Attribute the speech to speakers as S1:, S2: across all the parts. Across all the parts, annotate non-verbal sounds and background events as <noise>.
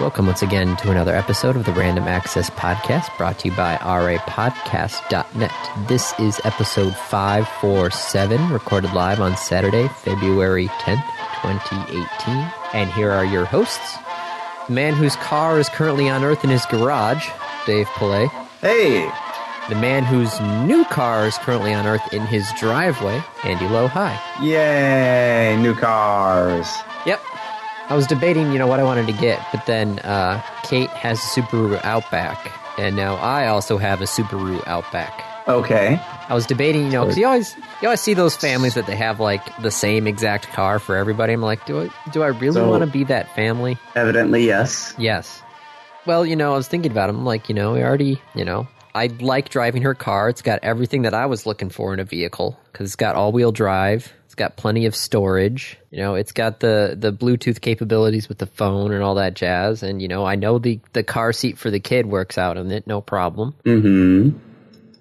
S1: Welcome once again to another episode of the Random Access Podcast brought to you by rapodcast.net. This is episode 547, recorded live on Saturday, February 10th, 2018. And here are your hosts the man whose car is currently on Earth in his garage, Dave Pillay.
S2: Hey,
S1: The man whose new car is currently on Earth in his driveway, Andy Lowe. Hi.
S2: yay, new cars.
S1: Yep. I was debating, you know, what I wanted to get, but then uh, Kate has a Subaru Outback, and now I also have a Subaru Outback.
S2: Okay.
S1: I was debating, you know, because you always you always see those families that they have like the same exact car for everybody. I'm like, do I do I really
S2: So-
S1: want to be that family?
S2: Evidently, yes.
S1: Yes. Well, you know, I was thinking about him. Like, you know, we already, you know, I like driving her car. It's got everything that I was looking for in a vehicle because it's got all-wheel drive. It's got plenty of storage. You know, it's got the the Bluetooth capabilities with the phone and all that jazz. And you know, I know the the car seat for the kid works out on it, no problem.
S2: Mm-hmm.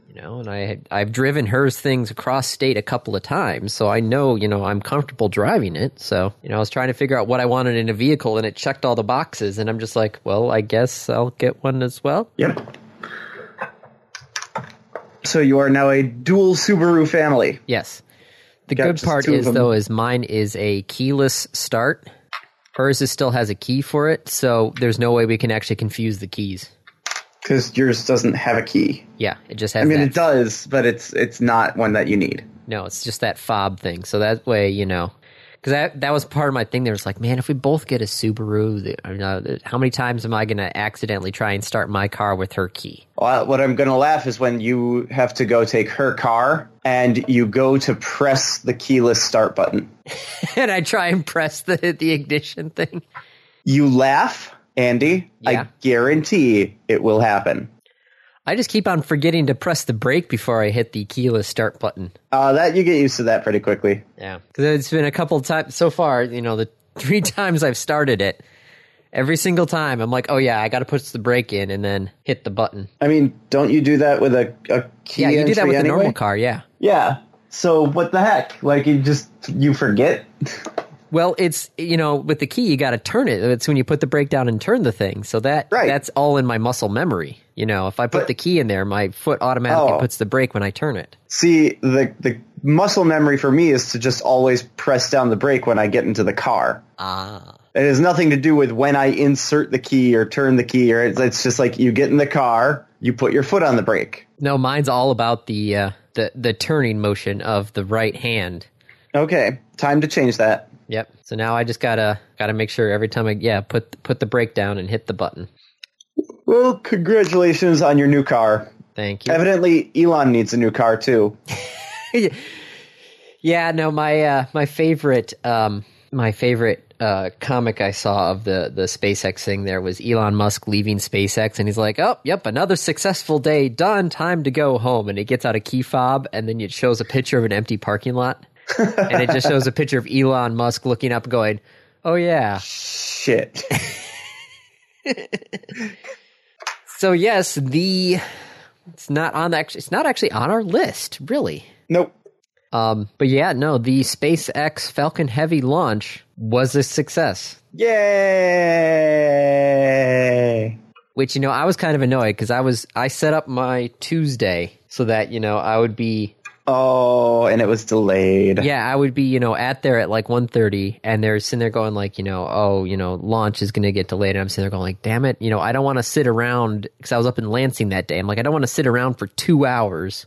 S1: You know, and I I've driven hers things across state a couple of times, so I know you know I'm comfortable driving it. So you know, I was trying to figure out what I wanted in a vehicle, and it checked all the boxes, and I'm just like, well, I guess I'll get one as well.
S2: Yep. So you are now a dual Subaru family.
S1: Yes. The
S2: Got
S1: good
S2: just
S1: part
S2: two of
S1: is
S2: them.
S1: though is mine is a keyless start. Hers is still has a key for it, so there's no way we can actually confuse the keys.
S2: Because yours doesn't have a key.
S1: Yeah, it just has.
S2: I mean,
S1: that.
S2: it does, but it's it's not one that you need.
S1: No, it's just that fob thing. So that way, you know, because that that was part of my thing. There was like, man, if we both get a Subaru, the, I mean, uh, how many times am I going to accidentally try and start my car with her key? <laughs>
S2: Well, what I'm going to laugh is when you have to go take her car and you go to press the keyless start button.
S1: and I try and press the the ignition thing.
S2: You laugh, Andy.
S1: Yeah.
S2: I guarantee it will happen.
S1: I just keep on forgetting to press the brake before I hit the keyless start button.
S2: Uh, that you get used to that pretty quickly.
S1: Yeah, because it's been a couple times so far. You know, the <laughs> three times I've started it, every single time I'm like, oh yeah, I got to push the brake in and then hit the button.
S2: I mean, don't you do that with a, a key
S1: Yeah, you do that
S2: entry
S1: with a
S2: anyway?
S1: normal car. Yeah.
S2: Yeah. So what the heck? Like you just you forget.
S1: Well, it's you know, with the key you got to turn it. It's when you put the brake down and turn the thing. So that
S2: Right.
S1: that's all in my muscle memory. You know, if I put
S2: But-
S1: the key in there, my foot automatically
S2: Oh.
S1: puts the brake when I turn it.
S2: See, the the muscle memory for me is to just always press down the brake when I get into the car.
S1: Ah.
S2: It has nothing to do with when I insert the key or turn the key or it's, it's just like you get in the car, you put your foot on the brake.
S1: No, mine's all about the uh, the the turning motion of the right hand.
S2: Okay, time to change that.
S1: Yep. So now I just gotta gotta make sure every time I yeah put put the brake down and hit the button.
S2: Well, congratulations on your new car.
S1: Thank you.
S2: Evidently, Elon needs a new car too.
S1: Yeah, no, my uh, my favorite um, my favorite uh, comic I saw of the the SpaceX thing there was Elon Musk leaving SpaceX, and he's like, "Oh, yep, another successful day done. Time to go home." And he gets out a key fob, and then it shows a picture of an empty parking lot, and it just shows a picture of Elon Musk looking up, going, "Oh yeah."
S2: Shit. <laughs>
S1: So yes, the it's not on the, act- it's not actually on our list, really.
S2: nope.
S1: Um, but yeah, no, the SpaceX Falcon Heavy launch was a success.
S2: Yay!
S1: which you know i was kind of annoyed because i was i set up my tuesday so that you know i would be
S2: Oh, and it was delayed.
S1: yeah i would be you know at there at like 1.30 and they're sitting there going like you know oh you know launch is going to get delayed and i'm sitting there going like damn it you know i don't want to sit around because i was up in lansing that day i'm like i don't want to sit around for two hours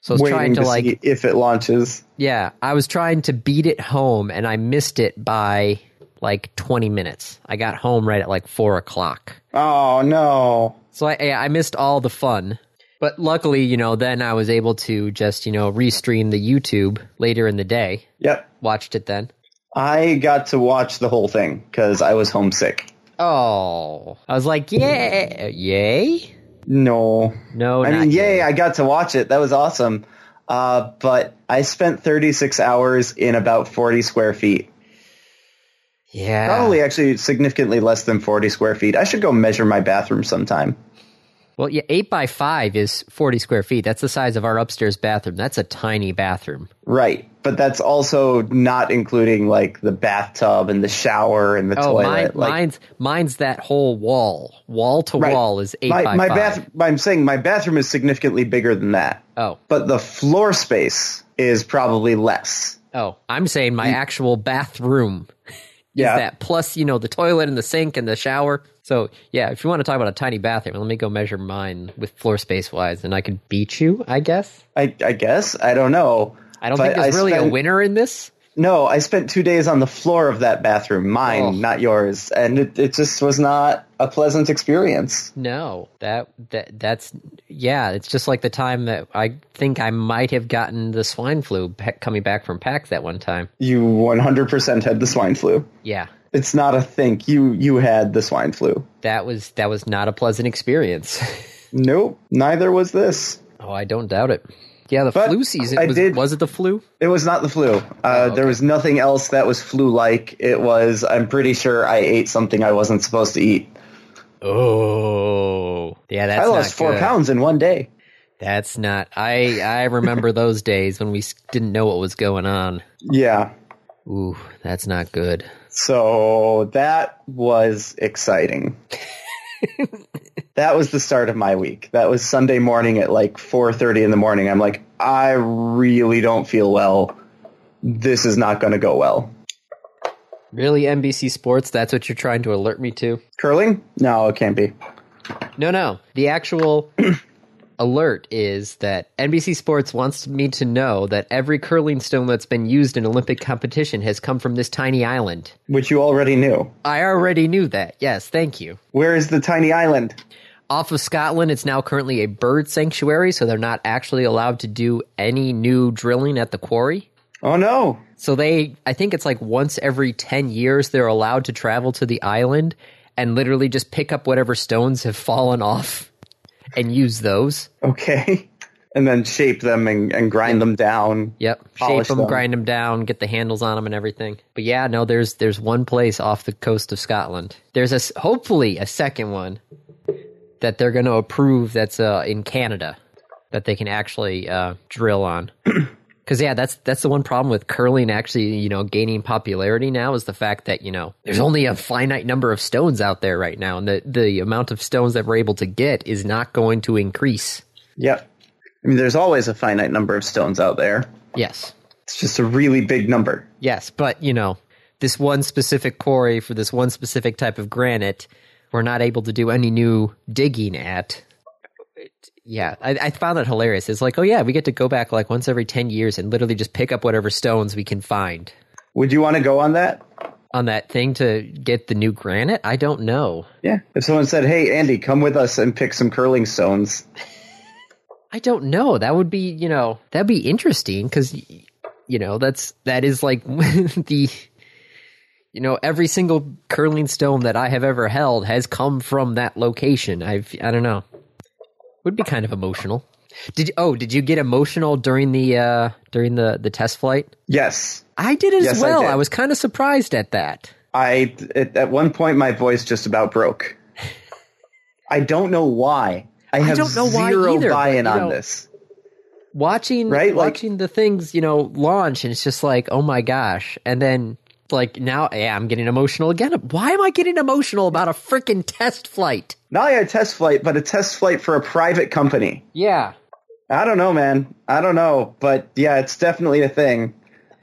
S1: so i was
S2: Waiting
S1: trying to,
S2: to
S1: like
S2: see if it launches.
S1: yeah i was trying to beat it home and i missed it by like 20 minutes i got home right at like 4 o'clock
S2: Oh no!
S1: So I, I missed all the fun. But luckily, you know, then I was able to just, you know, restream the YouTube later in the day.
S2: Yep,
S1: Watched it then.
S2: I got to watch the whole thing because I was homesick.
S1: Oh. I was like, yeah, yay?
S2: No,
S1: No,
S2: I
S1: not
S2: mean, yay!
S1: yay.
S2: I got to watch it. That was awesome. Uh, but I spent 36 hours in about 40 square feet.
S1: Yeah.
S2: Probably actually significantly less than 40 square feet. I should go measure my bathroom sometime.
S1: Well, yeah, eight by five is 40 square feet. That's the size of our upstairs bathroom. That's a tiny bathroom.
S2: Right. But that's also not including like the bathtub and the shower and the
S1: Oh,
S2: toilet.
S1: mine,
S2: like,
S1: mine's mine's that whole wall. Wall to wall is eight
S2: my,
S1: by
S2: my
S1: five.
S2: bath I'm saying my bathroom is significantly bigger than that.
S1: oh,
S2: But the floor space is probably less.
S1: oh, I'm saying my actual bathroom <laughs> is
S2: Yeah.
S1: that plus you know the toilet and the sink and the shower. So yeah, if you want to talk about a tiny bathroom, let me go measure mine with floor space wise, and I could beat you, I guess.
S2: I, I guess. I don't know.
S1: I don't
S2: But
S1: think there's
S2: I
S1: really a
S2: spent-
S1: winner in this.
S2: No, I spent two days on the floor of that bathroom, mine,
S1: Oh.
S2: not yours, and it, it just was not a pleasant experience.
S1: No, that that that's yeah. It's just like the time that I think I might have gotten the swine flu back- coming back from PAX that one time.
S2: You 100% had the swine flu.
S1: Yeah,
S2: It's not a think. You you had the swine flu.
S1: that was that was not a pleasant experience. <laughs>
S2: Nope, neither was this.
S1: oh, I don't doubt it. Yeah, the
S2: But
S1: flu season
S2: I
S1: was,
S2: did-
S1: was it the flu?
S2: It was not the flu. Uh,
S1: Oh,
S2: There was nothing else that was flu-like. It was. I'm pretty sure I ate something I wasn't supposed to eat.
S1: Oh, yeah, that's
S2: I lost
S1: not
S2: four
S1: good.
S2: pounds in one day.
S1: That's not. I I remember those days when we s- didn't know what was going on.
S2: Yeah.
S1: Ooh, that's not good.
S2: So that was
S1: <laughs>
S2: exciting. that was the start of my week. That was Sunday morning at like 4:30 in the morning. I'm like, I really don't feel well. This is not going to go well.
S1: Really, NBC Sports? That's what you're trying to alert me to?
S2: Curling? No, it can't be.
S1: No, no. The
S2: <clears throat>
S1: actual alert is that NBC Sports wants me to know that every curling stone that's been used in Olympic competition has come from this tiny island.
S2: Which you already knew.
S1: I already knew that. Yes, thank you.
S2: Where is the tiny island?
S1: Off of Scotland, it's now currently a bird sanctuary, so they're not actually allowed to do any new drilling at the quarry.
S2: Oh no.
S1: So they, I think it's like once every 10 years, they're allowed to travel to the island and literally just pick up whatever stones have fallen off and use those.
S2: Okay. <laughs> And then shape them and, and grind them down.
S1: Yep. Shape
S2: Polish
S1: them,
S2: them.
S1: grind them down, get the handles on them and everything. But yeah, no, there's there's one place off the coast of Scotland. There's a s- hopefully a second one that they're going to approve that's uh, in Canada that they can actually uh, drill on. <clears throat> Cuz yeah, that's that's the one problem with curling actually, you know, gaining popularity now is the fact that, you know, there's only a finite number of stones out there right now and the the amount of stones that we're able to get is not going to increase.
S2: Yep. I mean, there's always a finite number of stones out there.
S1: Yes.
S2: It's just a really big number.
S1: Yes, but you know, this one specific quarry for this one specific type of granite, we're not able to do any new digging at. Yeah, I, I found that hilarious. It's like, oh yeah, we get to go back like once every ten years and literally just pick up whatever stones we can find
S2: Would you want to go on that?
S1: on that thing to get the new granite. I don't know.
S2: Yeah. If someone said, "Hey, Andy, come with us and pick some curling stones,"
S1: I don't know. That would be, you know, that'd be interesting because, you know, that's that is like <laughs> the, you know, every single curling stone that I have ever held has come from that location. I've, I don't know, would be kind of emotional. Did oh, did you get emotional during the uh during the the test flight?
S2: yes,
S1: I did as
S2: Yes, I
S1: well.
S2: did.
S1: I was kind of surprised at that.
S2: I. At, at one point, my voice just about broke. I don't know why. I have
S1: don't know why
S2: zero
S1: either, but,
S2: buy-in
S1: you
S2: on
S1: know-
S2: this.
S1: watching
S2: Right? Like-
S1: watching the things you know launch and it's just like oh my gosh and then like now yeah i'm getting emotional again why am i getting emotional about a freaking test flight
S2: Not only a test flight, but a test flight for a private company.
S1: yeah
S2: I don't know, man. I don't know, but yeah, it's definitely a thing.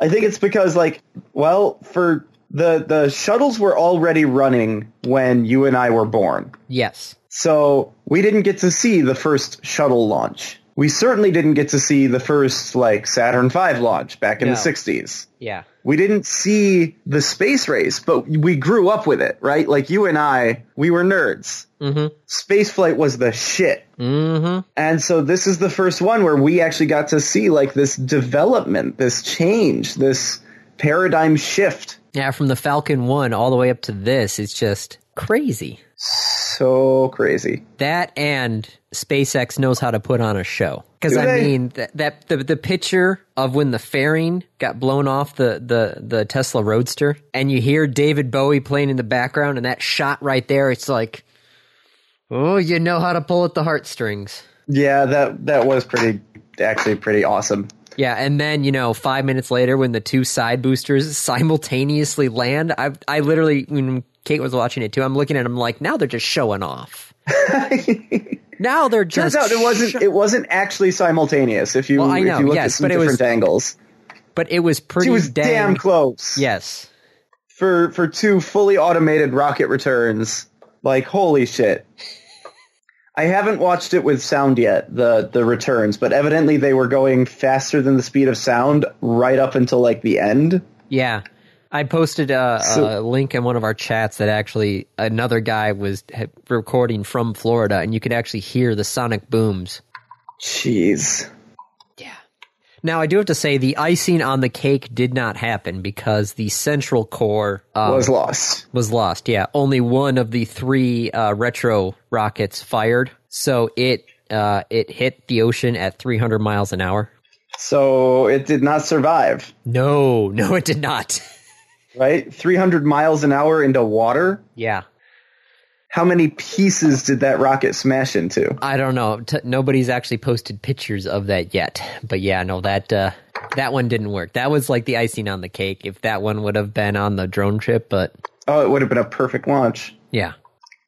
S2: I think it's because like, well, for the the shuttles were already running when you and I were born.
S1: yes
S2: So, we didn't get to see the first shuttle launch. We certainly didn't get to see the first like Saturn V launch back in
S1: No.
S2: the 60s.
S1: yeah
S2: We didn't see the space race, but we grew up with it, right? Like you and I, we were nerds.
S1: mm-hmm
S2: Spaceflight was the shit.
S1: mm-hmm
S2: And so this is the first one where we actually got to see like this development, this change, this paradigm shift.
S1: yeah from the falcon 1 all the way up to this it's just crazy
S2: So crazy.
S1: that and SpaceX knows how to put on a show. Because
S2: Do
S1: I
S2: they?
S1: mean that, that the the picture of when the fairing got blown off the, the the Tesla Roadster, and you hear David Bowie playing in the background, and that shot right there, it's like, Oh, you know how to pull at the heartstrings.
S2: Yeah, that that was pretty actually pretty awesome.
S1: Yeah, and then you know, five minutes later, when the two side boosters simultaneously land, I I literally when Kate was watching it too, I'm looking at them like now they're just showing
S2: <laughs>
S1: off. now they're just
S2: Turns out it wasn't it wasn't actually simultaneous. If you
S1: Well, I know,
S2: if you look
S1: yes,
S2: at some
S1: but it
S2: different
S1: was
S2: angles,
S1: but it was pretty
S2: she was
S1: dang,
S2: damn close.
S1: Yes,
S2: for for two fully automated rocket returns. Like holy shit. I haven't watched it with sound yet, the the returns, but evidently they were going faster than the speed of sound right up until like the end.
S1: yeah. I posted a, a
S2: So-
S1: link in one of our chats that actually another guy was had- recording from Florida, and you could actually hear the sonic booms.
S2: Jeez.
S1: Now, I do have to say the icing on the cake did not happen because the central core um,
S2: Was lost.
S1: was lost. Yeah, only one of the three uh, retro rockets fired, so it uh, it hit the ocean at 300 miles an hour.
S2: So it did not survive,
S1: No, <laughs> no, it did not.
S2: right? 300 miles an hour into water?
S1: yeah,
S2: How many pieces did that rocket smash into?
S1: I don't know. T- nobody's actually posted pictures of that yet, but yeah, no, that uh, that one didn't work. That was like the icing on the cake. If that one would have been on the drone trip, but
S2: Oh, it would have been a perfect launch.
S1: yeah,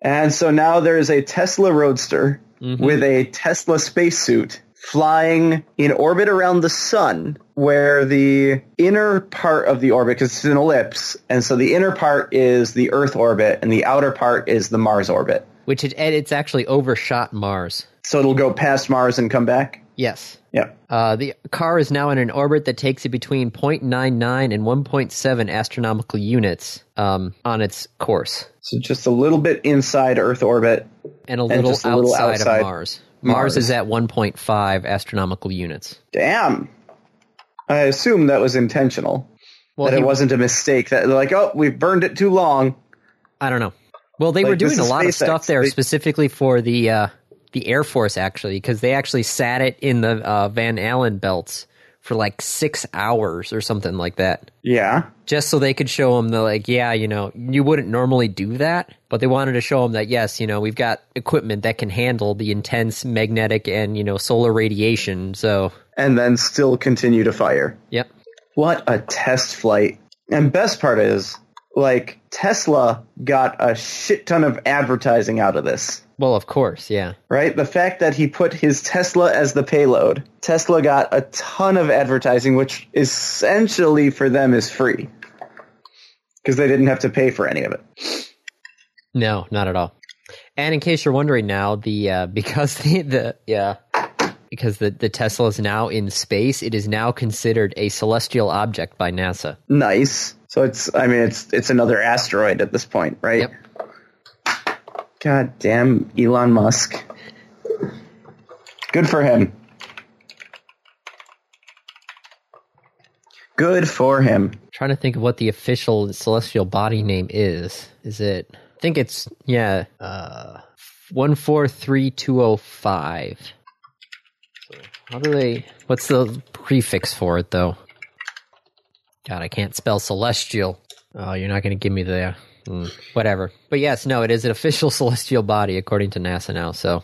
S2: And so now there is a Tesla Roadster
S1: Mm-hmm.
S2: with a Tesla spacesuit flying in orbit around the sun, where the inner part of the orbit, because it's an ellipse, and so the inner part is the Earth orbit, and the outer part is the Mars orbit.
S1: which it, and it's actually overshot Mars.
S2: So it'll go past Mars and come back.
S1: Yes.
S2: Yep.
S1: Uh, the car is now in an orbit that takes it between 0.99 and 1.7 astronomical units um, on its course,
S2: So just a little bit inside Earth orbit.
S1: and a little,
S2: just a
S1: outside,
S2: little outside
S1: of Mars. Mars.
S2: Mars.
S1: is at 1.5 astronomical units.
S2: Damn. I assume that was intentional.
S1: Well,
S2: that
S1: he-
S2: it wasn't a mistake. That they're like, oh, we've burned it too long.
S1: I don't know. Well, they
S2: Like,
S1: were doing
S2: this
S1: a
S2: is
S1: lot of
S2: SpaceX.
S1: stuff there
S2: They-
S1: specifically for the uh, the Air Force, actually, because they actually sat it in the uh, Van Allen belts for like six hours or something like that.
S2: Yeah.
S1: just so they could show them the like yeah you know you wouldn't normally do that but they wanted to show them that yes you know we've got equipment that can handle the intense magnetic and you know solar radiation so
S2: And then still continue to fire.
S1: yep
S2: What a test flight. And best part is, like, Tesla got a shit ton of advertising out of this,
S1: well of course yeah
S2: right? The fact that he put his Tesla as the payload, Tesla got a ton of advertising, which essentially for them is free because they didn't have to pay for any of it.
S1: no not at all and in case you're wondering now the uh <laughs> because the, the yeah because the, the tesla is now in space it is now considered a celestial object by nasa
S2: Nice. So it's, I mean, it's it's another asteroid at this point, right?
S1: Yep.
S2: God damn Elon Musk. Good for him. Good for him.
S1: trying to think of what the official celestial body name is. Is it? I think it's yeah, uh, one four three two zero five. How do they? What's the prefix for it though? God, I can't spell celestial. Oh, you're not going to give me the hmm, whatever. But yes, no, it is an official <laughs> celestial body according to NASA now. So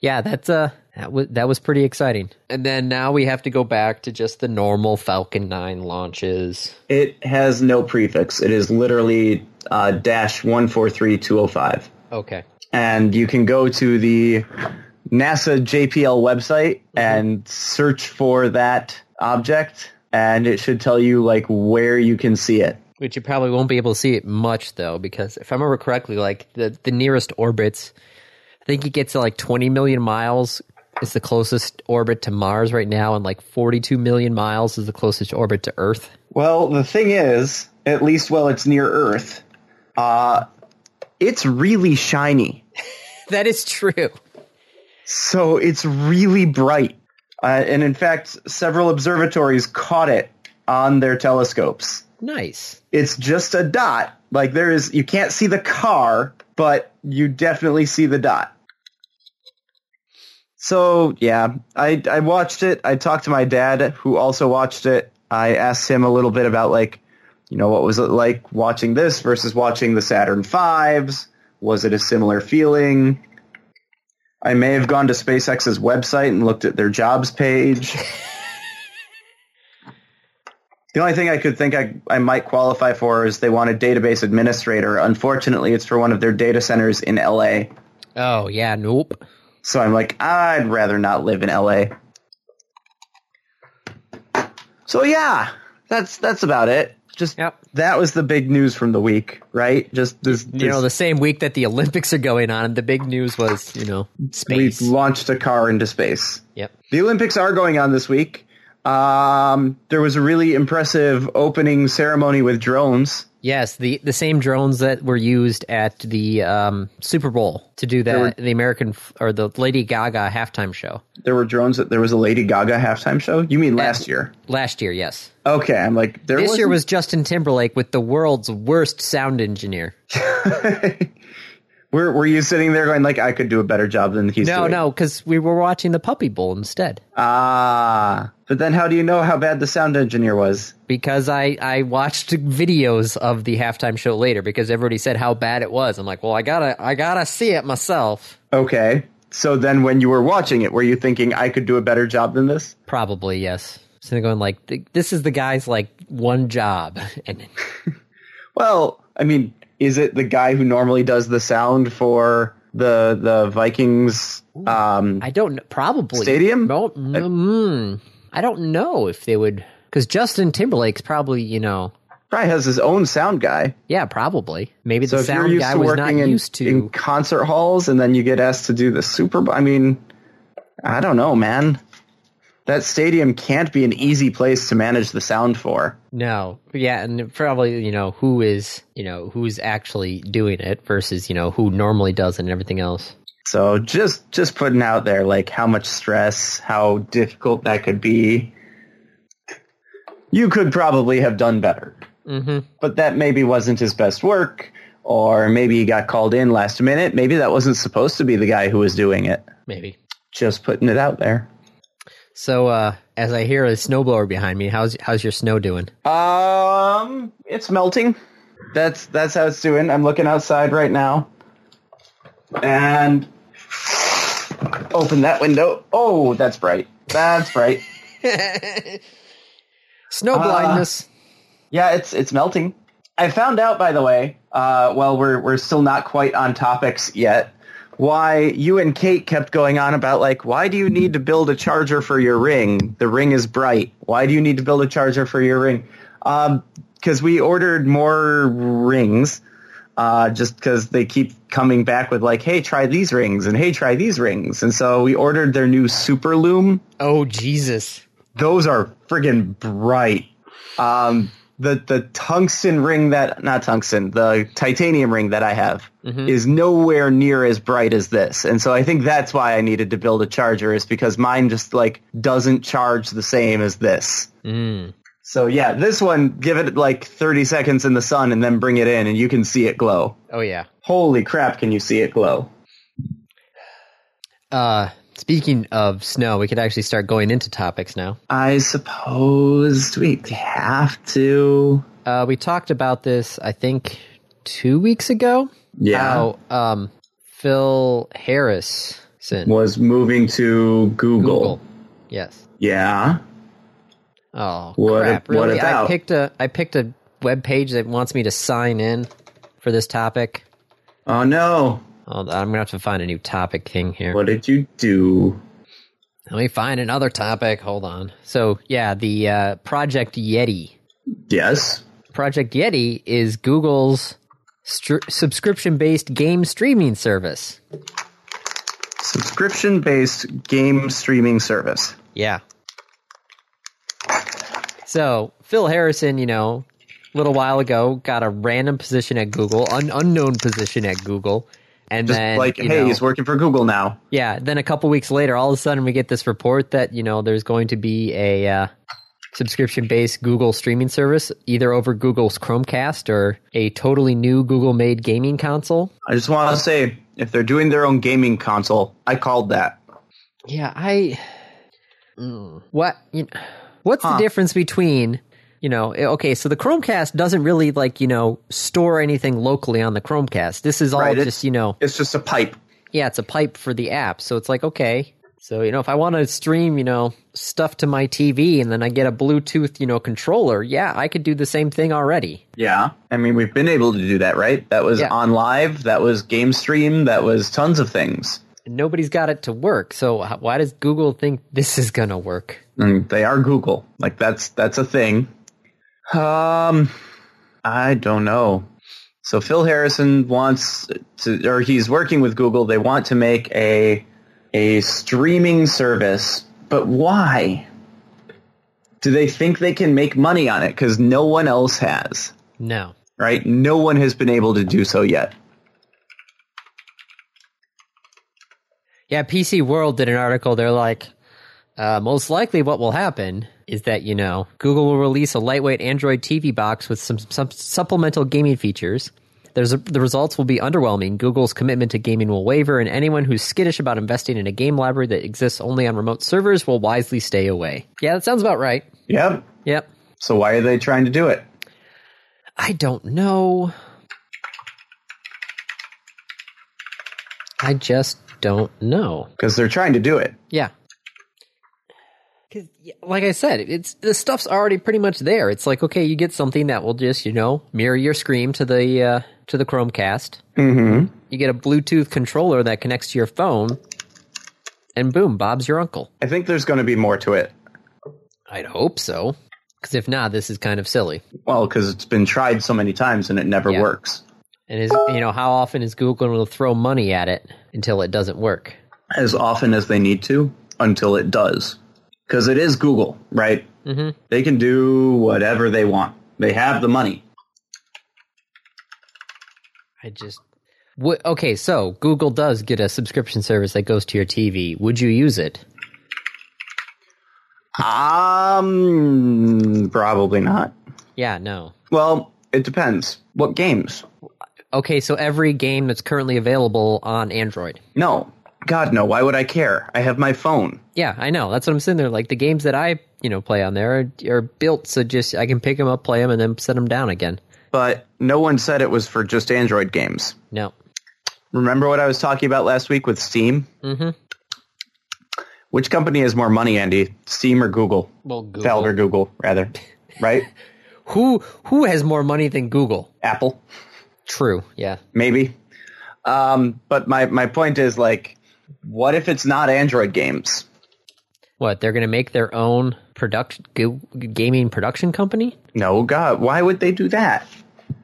S1: yeah, that's uh that was that was pretty exciting. And then now we have to go back to just the normal Falcon 9 launches.
S2: It has no prefix. It is literally uh, dash one four three two zero five,
S1: Okay.
S2: and you can go to the NASA JPL website and search for that object, and it should tell you like where you can see it.
S1: Which you probably won't be able to see it much though, because if I remember correctly, like the, the nearest orbits, I think it gets to like 20 million miles is the closest orbit to Mars right now, and like 42 million miles is the closest orbit to Earth. <laughs>
S2: Well, the thing is, at least while it's near Earth, uh, it's really shiny.
S1: That is true.
S2: So it's really bright. Uh, and in fact, several observatories caught it on their telescopes.
S1: Nice.
S2: It's just a dot. Like there is, you can't see the car, but you definitely see the dot. So yeah, I, I watched it. I talked to my dad who also watched it. I asked him a little bit about like, you know, what was it like watching this versus watching the Saturn Fives? Was it a similar feeling? I may have gone to SpaceX's website and looked at their jobs page. the only thing I could think I, I might qualify for is they want a database administrator. Unfortunately, it's for one of their data centers in LA.
S1: Oh yeah, nope.
S2: So I'm like, I'd rather not live in LA. So yeah, that's that's about it. Just
S1: Yep.
S2: that was the big news from the week, right? Just this,
S1: You know,
S2: this-
S1: the same week that the Olympics are going on, the big news was, you know, space.
S2: we launched a car into space.
S1: yep.
S2: The Olympics are going on this week. Um, there was a really impressive opening ceremony with drones.
S1: Yes, the the same drones that were used at the um, Super Bowl to do that the American f- or the Lady Gaga halftime show
S2: There were drones. That there was a Lady Gaga halftime show. You mean last year?
S1: last year. Yes,
S2: Okay, I'm like there.
S1: this year
S2: wasn't-
S1: was Justin Timberlake with the world's worst sound engineer.
S2: Were, were you sitting there going like I could do a better job than he's
S1: No,
S2: doing?
S1: no, because we were watching the Puppy Bowl instead.
S2: Ah, but then how do you know how bad the sound engineer was?
S1: Because I I watched videos of the halftime show later because everybody said how bad it was. I'm like, well, I gotta I gotta see it myself.
S2: Okay. So then when you were watching it, were you thinking I could do a better job than this?
S1: Probably yes. So they're going like, th- this is the guy's like one job, and
S2: Well, I mean, is it the guy who normally does the sound for the the Vikings um
S1: I don't know, probably
S2: Stadium?
S1: No, mm, I don't know if they would because Justin Timberlake's probably you know
S2: probably has his own sound guy.
S1: yeah probably maybe
S2: So
S1: the
S2: if you're
S1: sound
S2: used
S1: guy
S2: to
S1: was not
S2: working in,
S1: used to
S2: in concert halls and then you get asked to do the Super Bowl, I mean, I don't know, man. That stadium can't be an easy place to manage the sound for.
S1: no yeah and probably you know who is you know who's actually doing it versus you know who normally does it and everything else.
S2: So just just putting out there like how much stress, how difficult that could be. You could probably have done better.
S1: hmm
S2: but that maybe wasn't his best work, or maybe he got called in last minute. Maybe that wasn't supposed to be the guy who was doing it.
S1: Maybe.
S2: Just putting it out there.
S1: So uh, as I hear a snowblower behind me, how's how's your snow doing? <laughs>
S2: Um, it's melting. That's that's how it's doing. I'm looking outside right now, and open that window. Oh, that's bright. That's bright.
S1: Snow
S2: Uh,
S1: blindness.
S2: Yeah, it's it's melting. I found out, by the way. Uh, well, we're we're still not quite on topics yet. Why you and Kate kept going on about like why do you need to build a charger for your ring? The ring is bright. Why do you need to build a charger for your ring? Because we ordered more rings, uh, just because they keep coming back with like, hey, try these rings and hey, try these rings, and so we ordered their new Super Loom
S1: oh Jesus.
S2: those are friggin' bright. Um, the the tungsten ring that not tungsten, the titanium ring that I have is nowhere near as bright as this, and so I think that's why I needed to build a charger is because mine just like doesn't charge the same as this.
S1: Mm.
S2: So yeah, this one give it like thirty seconds in the sun and then bring it in, and you can see it glow.
S1: Oh yeah.
S2: Holy crap! Can you see it glow?
S1: Uh, speaking of snow, we could actually start going into topics now.
S2: I suppose we have to.
S1: Uh, we talked about this, I think, two weeks ago. How um, Phil Harrison.
S2: was moving to Google.
S1: Google. Yes.
S2: Yeah.
S1: Oh
S2: What
S1: crap!
S2: ab- what
S1: Really, I
S2: about?
S1: picked a I picked a web page that wants me to sign in for this topic.
S2: Oh no.
S1: Hold on, I'm gonna have to find a new topic thing here.
S2: What did you do?
S1: Let me find another topic. Hold on. So yeah, the uh, Project Yeti.
S2: Yes.
S1: Project Yeti is Google's str- subscription based game streaming service.
S2: Subscription based game streaming service.
S1: Yeah. So, Phil Harrison, you know, a little while ago got a random position at Google, an unknown position at Google. And
S2: Just
S1: then,
S2: like,
S1: you
S2: hey,
S1: know,
S2: he's working for Google now.
S1: yeah, then a couple weeks later, all of a sudden we get this report that, you know, there's going to be a uh, subscription based Google streaming service, either over Google's Chromecast or a totally new Google made gaming console.
S2: I just want to say, if they're doing their own gaming console, I called that.
S1: Yeah, I. Mm. What you know, What's the difference between you know? eh, Okay, so the Chromecast doesn't really like you know store anything locally on the Chromecast. This is all
S2: Right, it's-
S1: just you know
S2: It's just a pipe.
S1: yeah, it's a pipe for the app. So it's like, okay. So, you know, if I want to stream, you know, stuff to my TV and then I get a Bluetooth, you know, controller, yeah, I could do the same thing already.
S2: Yeah. I mean, we've been able to do that, right? That was
S1: Yeah.
S2: on live, that was game stream, that was tons of things.
S1: Nobody's got it to work. So h- why does Google think this is going to work?
S2: And they are Google. Like that's that's a thing. Um I don't know. So Phil Harrison wants to or he's working with Google. They want to make a a streaming service, but why? Do they think they can make money on it cuz no one else has?
S1: No.
S2: right? No one has been able to do so yet.
S1: Yeah, PC World did an article. They're like, uh, most likely what will happen is that, you know, Google will release a lightweight Android TV box with some, some supplemental gaming features. There's a, the results will be underwhelming. Google's commitment to gaming will waver, and anyone who's skittish about investing in a game library that exists only on remote servers will wisely stay away. Yeah, that sounds about right.
S2: Yep.
S1: Yep.
S2: So why are they trying to do it?
S1: I don't know. I just don't know.
S2: Because they're trying to do it.
S1: Yeah. 'Cause, yeah, like I said, it's the stuff's already pretty much there. It's like okay, you get something that will just you know mirror your screen to the uh, to the Chromecast.
S2: Mm-hmm.
S1: You get a Bluetooth controller that connects to your phone, and boom, Bob's your uncle.
S2: I think there's going to be more to it.
S1: I'd hope so, because if not, this is kind of silly.
S2: Well, because it's been tried so many times and it never
S1: Yeah.
S2: works.
S1: And is you know how often is Google going to throw money at it until it doesn't work?
S2: As often as they need to until it does. Because it is Google, right?
S1: Mm-hmm.
S2: They can do whatever they want. They have the money.
S1: I just. Wh- okay, so Google does get a subscription service that goes to your TV. Would you use it?
S2: Um, probably not.
S1: Yeah, no.
S2: Well, it depends. What games?
S1: Okay, so every game that's currently available on Android.
S2: No. God, no. Why would I care? I have my phone.
S1: Yeah, I know. That's what I'm saying. There, like the games that I you know play on there are, are built so just I can pick them up, play them, and then set them down again.
S2: but no one said it was for just Android games.
S1: No,
S2: Remember what I was talking about last week with Steam? Mm-hmm. Which company has more money, Andy? Steam or Google?
S1: well, Google.
S2: Valve or Google, rather. <laughs> right?
S1: Who who has more money than Google?
S2: Apple,
S1: True. Yeah.
S2: maybe. Um, but my, my point is, like, what if it's not Android games?
S1: What they're going to make their own production g- gaming production company?
S2: No, God, why would they do that?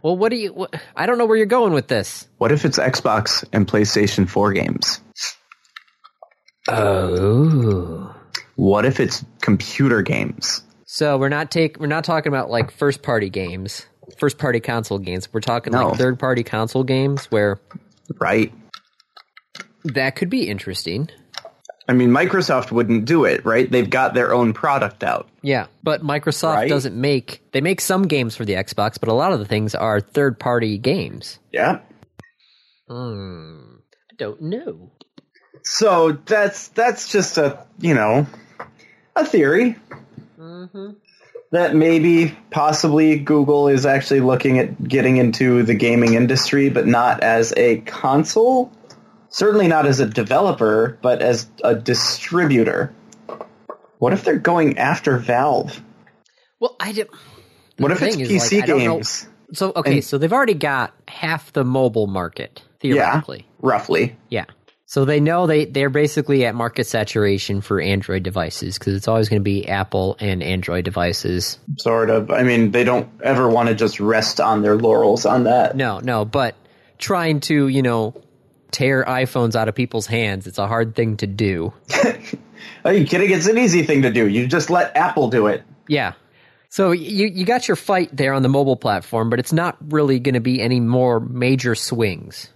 S1: Well, what do you? What, I don't know where you're going with this.
S2: What if it's Xbox and PlayStation 4 games?
S1: Oh.
S2: What if it's computer games?
S1: So we're not take we're not talking about like first party games, first party console games. We're talking
S2: No.
S1: like third party console games where
S2: Right?
S1: that could be interesting.
S2: I mean, Microsoft wouldn't do it, right? They've got their own product out.
S1: Yeah, but Microsoft
S2: Right?
S1: doesn't make they make some games for the Xbox, but a lot of the things are third party games.
S2: Yeah.
S1: Hmm. I don't know.
S2: So that's that's just a you know a theory
S1: Mm-hmm.
S2: that maybe possibly Google is actually looking at getting into the gaming industry, but not as a console, certainly not as a developer, but as a distributor. What if they're going after Valve?
S1: Well, I did.
S2: What if it's
S1: thing is,
S2: PC
S1: like, I don't know-
S2: games?
S1: So okay, so they've already got half the mobile market
S2: Yeah,
S1: theoretically.
S2: roughly.
S1: Yeah. So they know they they're basically at market saturation for Android devices because it's always going to be Apple and Android devices.
S2: Sort of. I mean, they don't ever want to just rest on their laurels on that.
S1: No, no, but trying to you know tear iPhones out of people's hands, it's a hard thing to do.
S2: Are you kidding? It's an easy thing to do. You just let Apple do it.
S1: Yeah. So you you got your fight there on the mobile platform, but it's not really going to be any more major swings.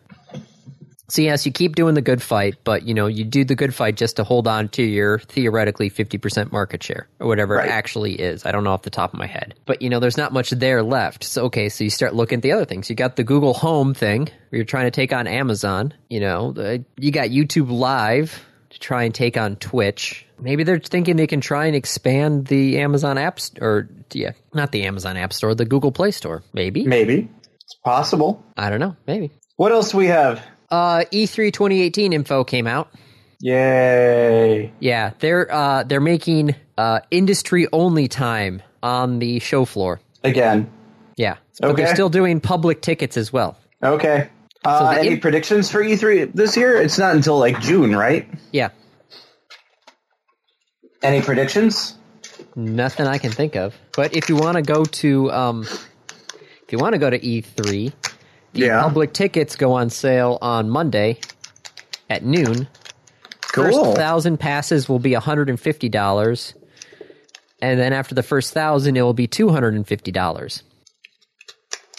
S1: So yes, you keep doing the good fight, but you know you do the good fight just to hold on to your theoretically fifty percent market share or whatever
S2: Right.
S1: it actually is. I don't know off the top of my head, but you know there's not much there left. So okay, so you start looking at the other things. You got the Google Home thing where you're trying to take on Amazon. You know the, you got YouTube Live to try and take on Twitch. Maybe they're thinking they can try and expand the Amazon app s- or yeah, not the Amazon App Store, the Google Play Store. Maybe
S2: Maybe. It's possible.
S1: I don't know. Maybe
S2: What else do we have?
S1: uh, E3 2018 info came out.
S2: Yay.
S1: Yeah, they're uh, they're making uh, industry only time on the show floor.
S2: Again.
S1: Yeah, but
S2: Okay.
S1: they're still doing public tickets as well.
S2: Okay. Uh,
S1: So the
S2: any
S1: im-
S2: predictions for E3 this year? It's not until like June, right?
S1: Yeah,
S2: Any predictions?
S1: nothing I can think of. But if you want to go to um, if you want to go to E3,
S2: Yeah.
S1: public tickets go on sale on Monday at noon.
S2: cool.
S1: First thousand passes will be $150. And then after the first thousand, it will be $250.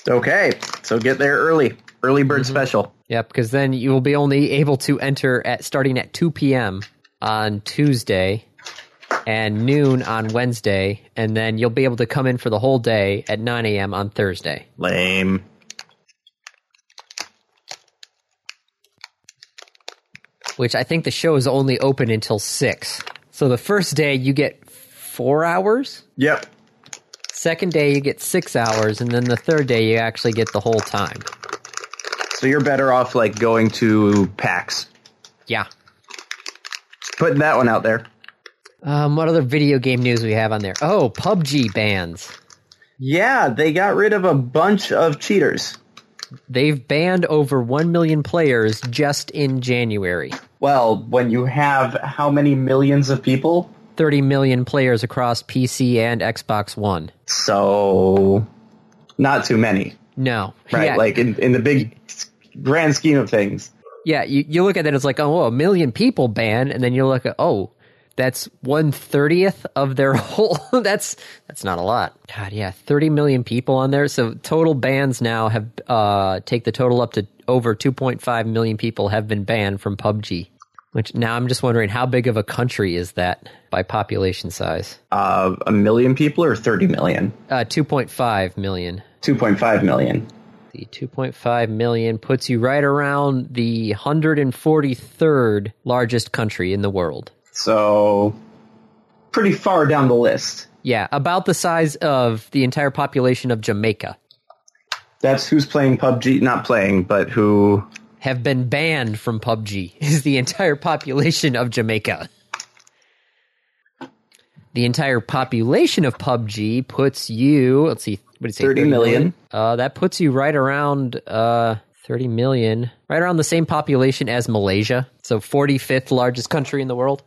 S2: Okay. So get there early. Early bird
S1: Mm-hmm.
S2: special.
S1: Yep, because then you will be only able to enter at starting at 2 p.m. on Tuesday and noon on Wednesday. And then you'll be able to come in for the whole day at 9 a.m. on Thursday.
S2: Lame.
S1: which I think the show is only open until six. So the first day you get four hours,
S2: Yep.
S1: second day you get six hours, and then the third day you actually get the whole time.
S2: So you're better off like going to PAX.
S1: Yeah.
S2: Putting that one out there.
S1: Um, what other video game news we have on there? Oh, PUBG bans.
S2: Yeah, they got rid of a bunch of cheaters.
S1: They've banned over 1 million players just in January.
S2: Well, when you have how many millions of people?
S1: 30 million players across PC and Xbox One.
S2: So not too many,
S1: No.
S2: right?
S1: Yeah,
S2: Like in, in the big grand scheme of things.
S1: Yeah, you, you look at it, it's like, oh, a million people banned, and then you look at, oh, that's one thirtieth of their <laughs> whole. that's that's not a lot. God, yeah, thirty million people on there. So total bans now have uh take the total up to over two point five million people have been banned from PUBG. Which now I'm just wondering, how big of a country is that by population size?
S2: Uh, a million people or 30 million?
S1: Uh, two point five million.
S2: 2.5 million.
S1: The 2.5 million puts you right around the 143rd largest country in the world.
S2: So pretty far down the list.
S1: Yeah, about the size of the entire population of Jamaica
S2: That's who's playing PUBG, not playing, but who.
S1: have been banned from PUBG <laughs> is the entire population of Jamaica. The entire population of PUBG puts you, let's see, what did you say?
S2: 30 million.
S1: Uh, that puts you right around uh, 30 million, right around the same population as Malaysia. So 45th largest country in the world.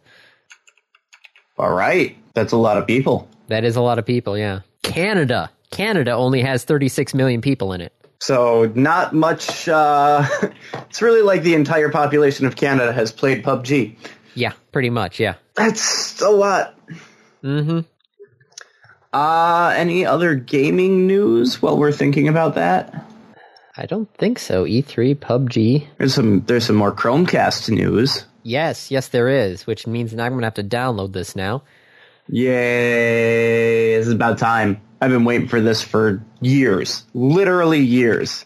S2: All right. That's a lot of people.
S1: That is a lot of people, yeah. Canada. Canada only has 36 million people in it.
S2: So not much. Uh, <laughs> it's really like the entire population of Canada has played PUBG.
S1: Yeah, pretty much, yeah.
S2: That's a lot.
S1: Mm-hmm.
S2: Uh, any other gaming news while we're thinking about that?
S1: I don't think so. E E3, PUBG.
S2: There's some there's some more Chromecast news.
S1: Yes, yes, there is, which means that I'm going to have to download this now.
S2: Yay! This is about time. I've been waiting for this for years, literally years.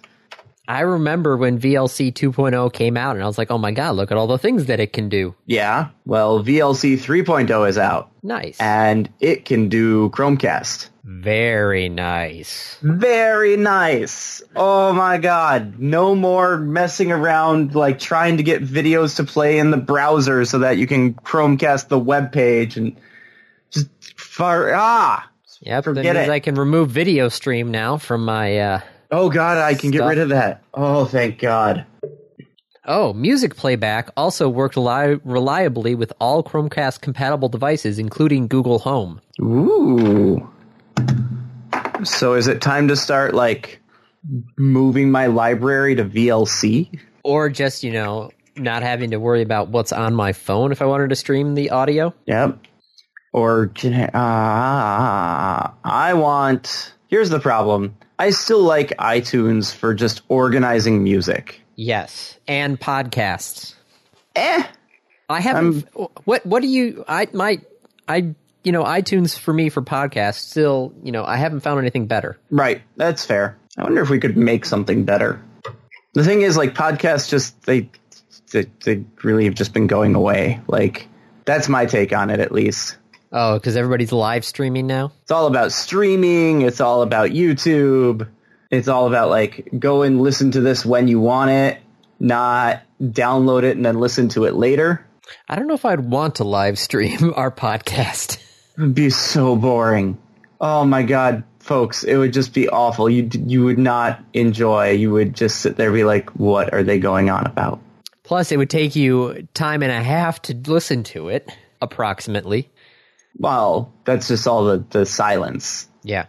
S1: I remember when VLC 2.0 came out, and I was like, oh my god, look at all the things that it can do.
S2: Yeah. Well, VLC 3.0 is out,
S1: Nice.
S2: and it can do Chromecast.
S1: Very nice.
S2: Very nice. Oh my god. No more messing around like trying to get videos to play in the browser so that you can Chromecast the web page and just far ah.
S1: Yep,
S2: Forget
S1: that means
S2: it.
S1: I can remove video stream now from my. Uh...
S2: Oh god, I can get
S1: Stuff.
S2: rid of that. Oh thank god.
S1: Oh, music playback also worked li- reliably with all Chromecast compatible devices, including Google Home.
S2: Ooh. So is it time to start like moving my library to VLC?
S1: Or just, you know, not having to worry about what's on my phone if I wanted to stream the audio.
S2: Yep. Or can I, ah, I want. Here's the problem. I still like iTunes for just organizing music.
S1: Yes, and podcasts.
S2: Eh.
S1: I haven't. what What do you? I my I you know iTunes for me for podcasts. Still, you know, I haven't found anything better.
S2: Right. That's fair. I wonder if we could make something better. The thing is, like podcasts, just they, they, they really have just been going away. Like that's my take on it, at least.
S1: Oh, because everybody's live streaming now.
S2: It's all about streaming. It's all about YouTube. It's all about like go and listen to this when you want it, not download it and then listen to it later.
S1: I don't know if I'd want to live stream <laughs> our podcast.
S2: It would be so boring. Oh my god, folks, it would just be awful. You you would not enjoy. You would just sit there and be like, "What are they going on about?"
S1: Plus, it would take you time and a half to listen to it, approximately.
S2: Well, that's just all the the silence.
S1: Yeah,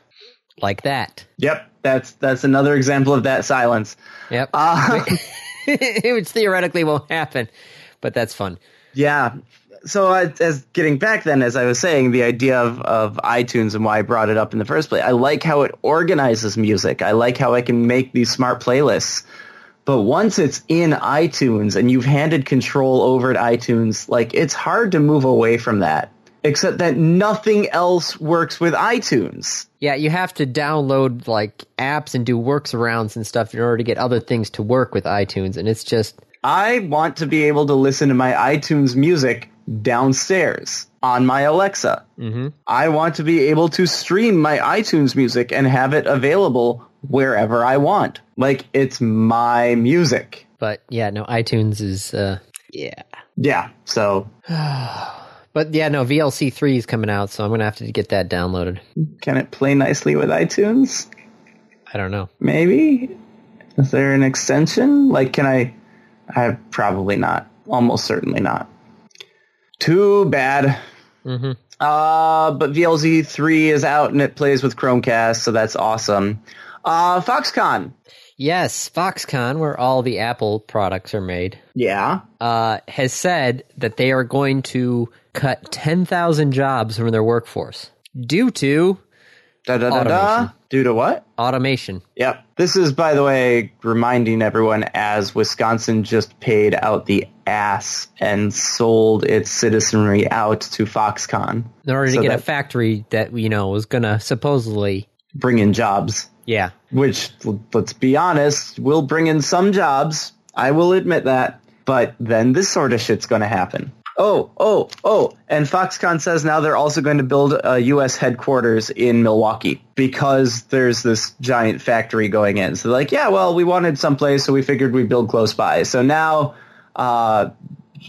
S1: like that.
S2: Yep, that's that's another example of that silence.
S1: Yep, <laughs>
S2: Uh,
S1: which theoretically won't happen, but that's fun.
S2: Yeah. So I, as getting back then, as I was saying, the idea of, of iTunes and why I brought it up in the first place, I like how it organizes music. I like how I can make these smart playlists. But once it's in iTunes and you've handed control over to iTunes, like it's hard to move away from that. Except that nothing else works with iTunes.
S1: Yeah, you have to download like apps and do works arounds and stuff in order to get other things to work with iTunes, and it's just
S2: I want to be able to listen to my iTunes music downstairs on my Alexa. Mm-hmm. I want to be able to stream my iTunes music and have it available wherever I want. Like it's my music.
S1: but yeah, no, iTunes is uh yeah.
S2: Yeah. So
S1: But yeah, no, VLC three is coming out, so I'm gonna have to get that downloaded.
S2: can it play nicely with iTunes?
S1: I don't know.
S2: Maybe? Is there an extension? Like can I I probably not. Almost certainly not. Too bad.
S1: hmm
S2: Uh, but VLZ 3 is out and it plays with Chromecast, so that's awesome. Uh, Foxconn.
S1: Yes, Foxconn, where all the Apple products are made,
S2: Yeah.
S1: uh, has said that they are going to cut ten thousand jobs from their workforce due to
S2: Da, da, da, da.
S1: Automation.
S2: Due to what?
S1: automation.
S2: Yep. This is, by the way, reminding everyone as Wisconsin just paid out the ass and sold its citizenry out to Foxconn,
S1: In order to
S2: So
S1: get a
S2: that-
S1: factory that you know was gonna supposedly
S2: bring in jobs.
S1: yeah
S2: Which, l- let's be honest, will bring in some jobs. I will admit that. But then this sort of shit's going to happen. Oh, oh, oh. And Foxconn says now they're also going to build a U.S. headquarters in Milwaukee because there's this giant factory going in. So they're like, yeah, well, we wanted someplace, so we figured we'd build close by. So now uh,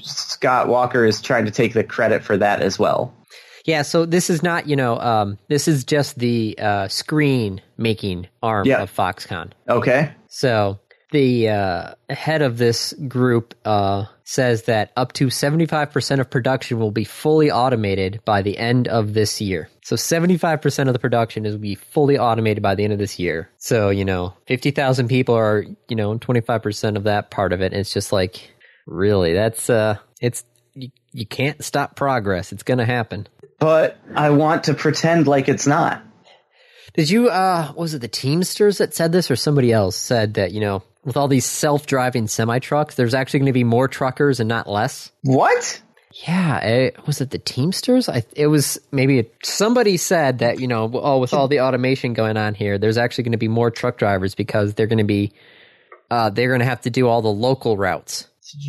S2: Scott Walker is trying to take the credit for that as well.
S1: Yeah, so this is not, you know, um, this is just the uh, screen making arm
S2: Yeah.
S1: of Foxconn.
S2: Okay.
S1: So the uh, head of this group uh, says that up to 75% of production will be fully automated by the end of this year. So 75% of the production is will be fully automated by the end of this year. So, you know, 50,000 people are, you know, 25% of that part of it. And it's just like, really, that's, uh, it's, you, you can't stop progress. It's going to happen.
S2: But I want to pretend like it's not.
S1: Did you, uh, was it the Teamsters that said this or somebody else said that, you know, with all these self driving semi trucks, there's actually going to be more truckers and not less?
S2: What?
S1: Yeah. It, was it the Teamsters? I, it was maybe it, somebody said that, you know, oh, with all the automation going on here, there's actually going to be more truck drivers because they're going to be, uh, they're going to have to do all the local routes.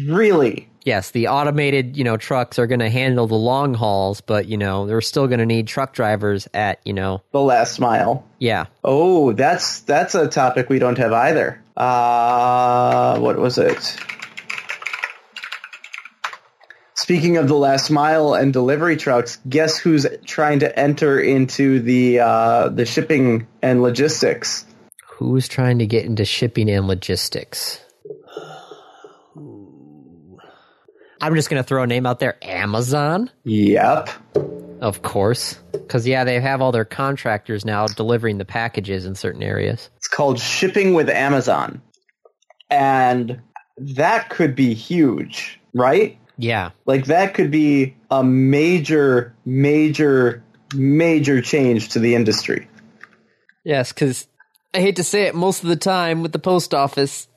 S2: Really?
S1: Yes, the automated, you know, trucks are going to handle the long hauls, but, you know, they're still going to need truck drivers at, you know,
S2: The last mile.
S1: yeah,
S2: Oh, that's that's a topic we don't have either. Uh, what was it? Speaking of the last mile and delivery trucks, guess who's trying to enter into the uh, the shipping and logistics?
S1: Who's trying to get into shipping and logistics? I'm just going to throw a name out there Amazon,
S2: Yep.
S1: of course. Because, yeah, they have all their contractors now delivering the packages in certain areas.
S2: It's called Shipping with Amazon. And that could be huge, right?
S1: Yeah.
S2: Like that could be a major major major change to the industry.
S1: Yes, because I hate to say it, most of the time with the post office,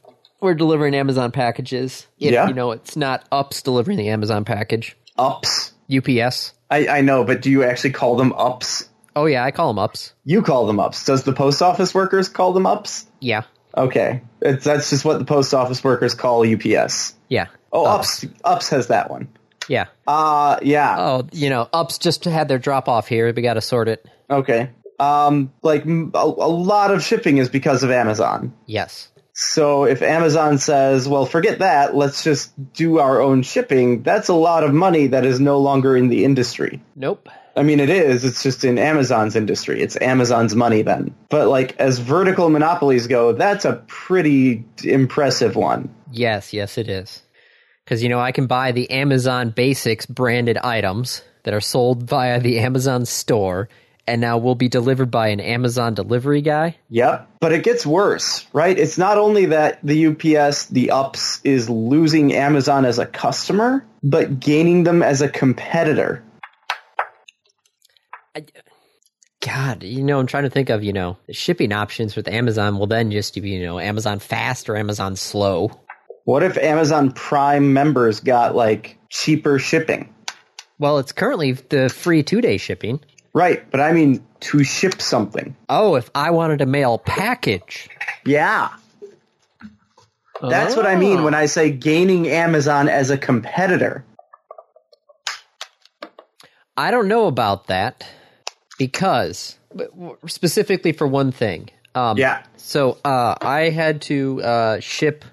S1: we're delivering Amazon packages. If,
S2: Yeah.
S1: You know, it's not UPS delivering the Amazon package,
S2: Ups.
S1: UPS.
S2: I, I know, but do you actually call them ups?
S1: Oh, yeah, I call them UPS.
S2: You call them ups. Does the post office workers call them ups?
S1: Yeah.
S2: Okay, it's, that's just what the post office workers call UPS.
S1: Yeah.
S2: Oh, ups. Ups has that one.
S1: Yeah.
S2: Uh yeah.
S1: oh, you know, ups just had their drop off here. We got to sort it.
S2: Okay. Um, like m- a, a lot of shipping is because of Amazon.
S1: Yes.
S2: So if Amazon says, well, forget that, let's just do our own shipping, that's a lot of money that is no longer in the industry.
S1: Nope.
S2: I mean, it is. It's just in Amazon's industry. It's Amazon's money then. But like, as vertical monopolies go, that's a pretty impressive one.
S1: Yes, yes, it is. Because, you know, I can buy the Amazon Basics branded items that are sold via the Amazon store and now will be delivered by an Amazon delivery guy.
S2: Yep. But it gets worse, right? It's not only that the UPS, the UPS, is losing Amazon as a customer, but gaining them as a competitor.
S1: God, you know, I'm trying to think of, you know, the shipping options with Amazon will then just be, you know, Amazon fast or Amazon slow.
S2: What if Amazon Prime members got like cheaper shipping?
S1: Well, it's currently the free two day shipping.
S2: Right, but I mean to ship something.
S1: Oh, if I wanted to mail package.
S2: Yeah. That's what I mean
S1: Oh.
S2: when I say gaining Amazon as a competitor.
S1: I don't know about that because but w- specifically for one thing. Um,
S2: Yeah.
S1: So uh, I had to uh, ship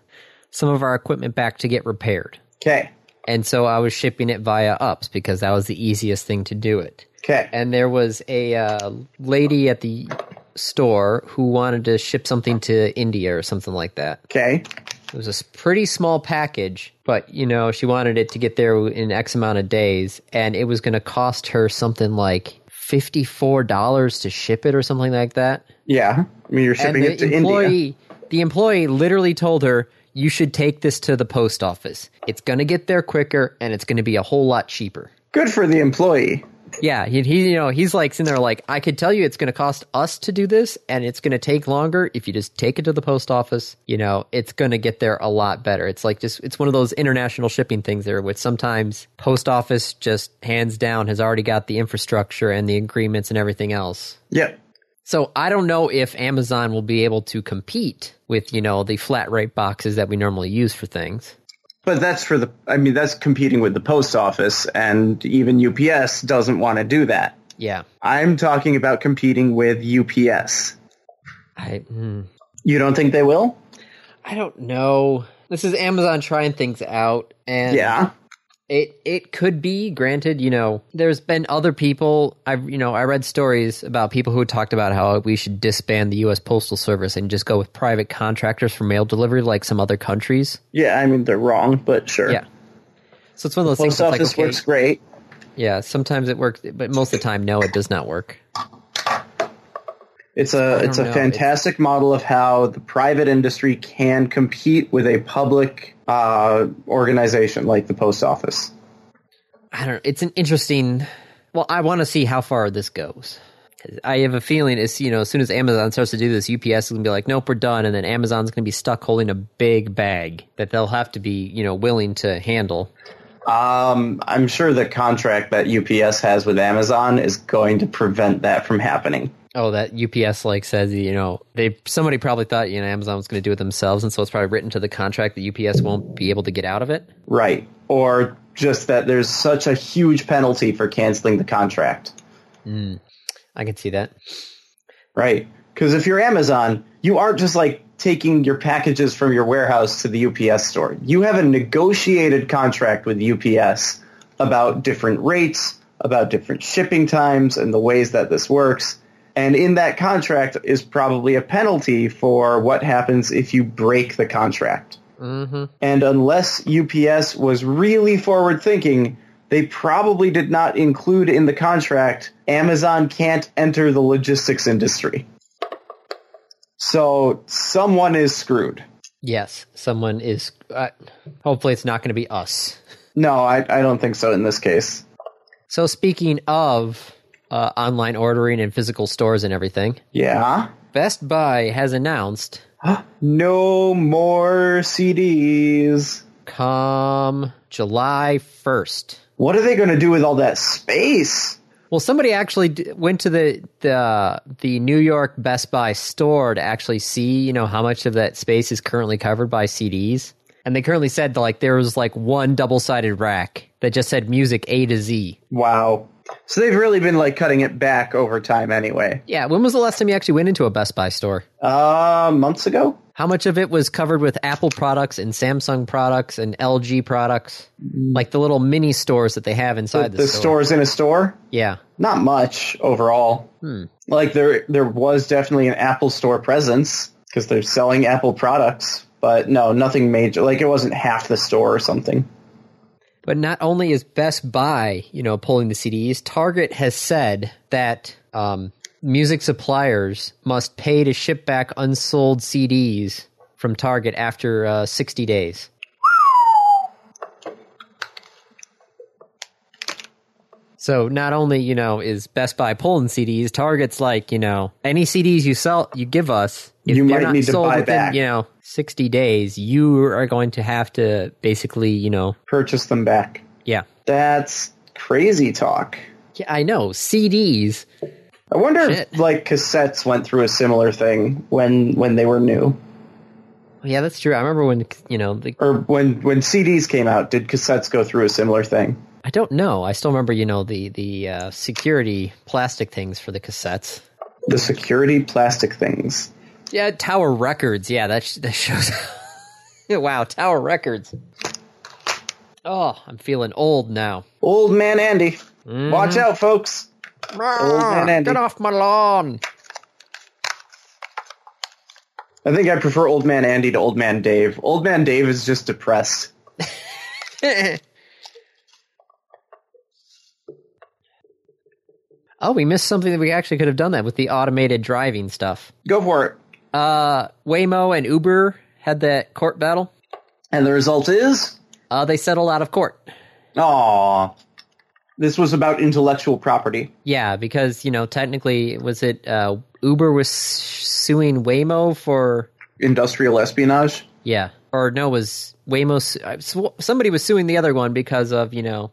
S1: some of our equipment back to get repaired,
S2: Okay.
S1: and so I was shipping it via UPS because that was the easiest thing to do it.
S2: Okay.
S1: And there was a uh, lady at the store who wanted to ship something to India or something like that.
S2: Okay.
S1: It was a s- pretty small package, but you know, she wanted it to get there in X amount of days, and it was going to cost her something like $54 to ship it or something like that.
S2: Yeah. I mean, you're
S1: And
S2: shipping
S1: the
S2: it to India.
S1: employee, the employee literally told her, "You should take this to the post office. It's going to get there quicker and it's going to be a whole lot cheaper."
S2: Good for the employee.
S1: Yeah, he, he you know, he's like sitting there like, "I could tell you it's going to cost us to do this and it's going to take longer if you just take it to the post office. You know, it's going to get there a lot better." It's like just it's one of those international shipping things there which sometimes post office just hands down has already got the infrastructure and the agreements and everything else.
S2: Yep.
S1: So I don't know if Amazon will be able to compete with, you know, the flat rate boxes that we normally use for things.
S2: But that's for the, I mean, that's competing with the post office, and even UPS doesn't want to do that.
S1: Yeah.
S2: I'm talking about competing with UPS.
S1: I hmm.
S2: You don't think they will?
S1: I don't know. This is Amazon trying things out and
S2: Yeah.
S1: it it could be granted, you know, there's been other people I have you know, I read stories about people who talked about how we should disband the US postal service and just go with private contractors for mail delivery like some other countries.
S2: Yeah. I mean, they're wrong, but sure.
S1: Yeah. So it's one of those things
S2: Post
S1: that's like
S2: office
S1: okay,
S2: works great.
S1: yeah, sometimes it works, but most of the time no it does not work.
S2: It's a it's a
S1: know. It's-
S2: fantastic model of how the private industry can compete with a public uh, organization like the post office.
S1: I don't. It's an interesting. Well, I want to see how far this goes. 'Cause I have a feeling it's you know as soon as Amazon starts to do this, UPS is gonna be like, nope, we're done, and then Amazon's gonna be stuck holding a big bag that they'll have to be you know willing to handle.
S2: Um, I'm sure the contract that UPS has with Amazon is going to prevent that from happening.
S1: Oh, that UPS like says you know they somebody probably thought you know Amazon was gonna do it themselves, and so it's probably written to the contract that UPS won't be able to get out of it.
S2: Right. Or just that there's such a huge penalty for canceling the contract.
S1: I can see that.
S2: Right. Because if you're Amazon, you aren't just like taking your packages from your warehouse to the UPS store. You have a negotiated contract with UPS about different rates, about different shipping times, and the ways that this works. And in that contract is probably a penalty for what happens if you break the contract. And unless UPS was really forward thinking, they probably did not include in the contract Amazon can't enter the logistics industry. So someone is screwed.
S1: Yes, someone is. Uh, hopefully, it's not gonna be us.
S2: No, I, I don't think so in this case.
S1: So speaking of uh, online ordering and physical stores and everything,
S2: Yeah.
S1: Best Buy has announced
S2: No more CDs.
S1: come July 1st.
S2: What are they going to do with all that space?
S1: Well, somebody actually d- went to the the the New York Best Buy store to actually see, you know, how much of that space is currently covered by CDs. And they currently said like there was like one double-sided rack that just said music A to Z.
S2: Wow. So they've really been like cutting it back over time anyway.
S1: Yeah, when was the last time you actually went into a Best Buy store?
S2: Uh, months ago,
S1: How much of it was covered with Apple products and Samsung products and LG products? Like the little mini stores that they have inside Mm. the,
S2: the
S1: store.
S2: stores in a store,
S1: Yeah.
S2: not much overall. Like there, there was definitely an Apple store presence because they're selling Apple products, but no, nothing major. Like it wasn't half the store or something.
S1: But not only is Best Buy, you know, pulling the CDs, Target has said that um, music suppliers must pay to ship back unsold CDs from Target after uh, 60 days. So not only, you know, is Best Buy pulling CDs, Target's like, you know, any CDs you sell, you give us, if
S2: You
S1: they're
S2: might
S1: not
S2: need to
S1: sold
S2: buy
S1: within,
S2: back.
S1: you know, 60 days, you are going to have to basically, you know,
S2: Purchase them back.
S1: yeah.
S2: That's crazy talk.
S1: Yeah, I know. CDs.
S2: I wonder
S1: Shit.
S2: if like cassettes went through a similar thing when when they were new,
S1: Yeah, that's true. I remember when you know. The,
S2: or when when CDs came out. Did cassettes go through a similar thing?
S1: I don't know. I still remember you know the the uh, security plastic things for the cassettes.
S2: The security plastic things.
S1: Yeah, Tower Records. Yeah, that sh- that shows. <laughs> Yeah, wow, Tower Records. Oh, I'm feeling old now.
S2: Old man Andy, watch out, folks. man Andy.
S1: Get off my lawn.
S2: I think I prefer Old Man Andy to Old Man Dave. Old Man Dave is just depressed.
S1: oh, we missed something that we actually could have done that with the automated driving stuff.
S2: Go for it.
S1: Uh, Waymo and Uber had that court battle.
S2: And the result is,
S1: Uh, they settled out of court.
S2: aw, this was about intellectual property.
S1: Yeah, because you know technically, was it uh, Uber was suing Waymo for?
S2: Industrial espionage.
S1: Yeah, or no, was Waymo? Su- uh, sw- somebody was suing the other one because of you know,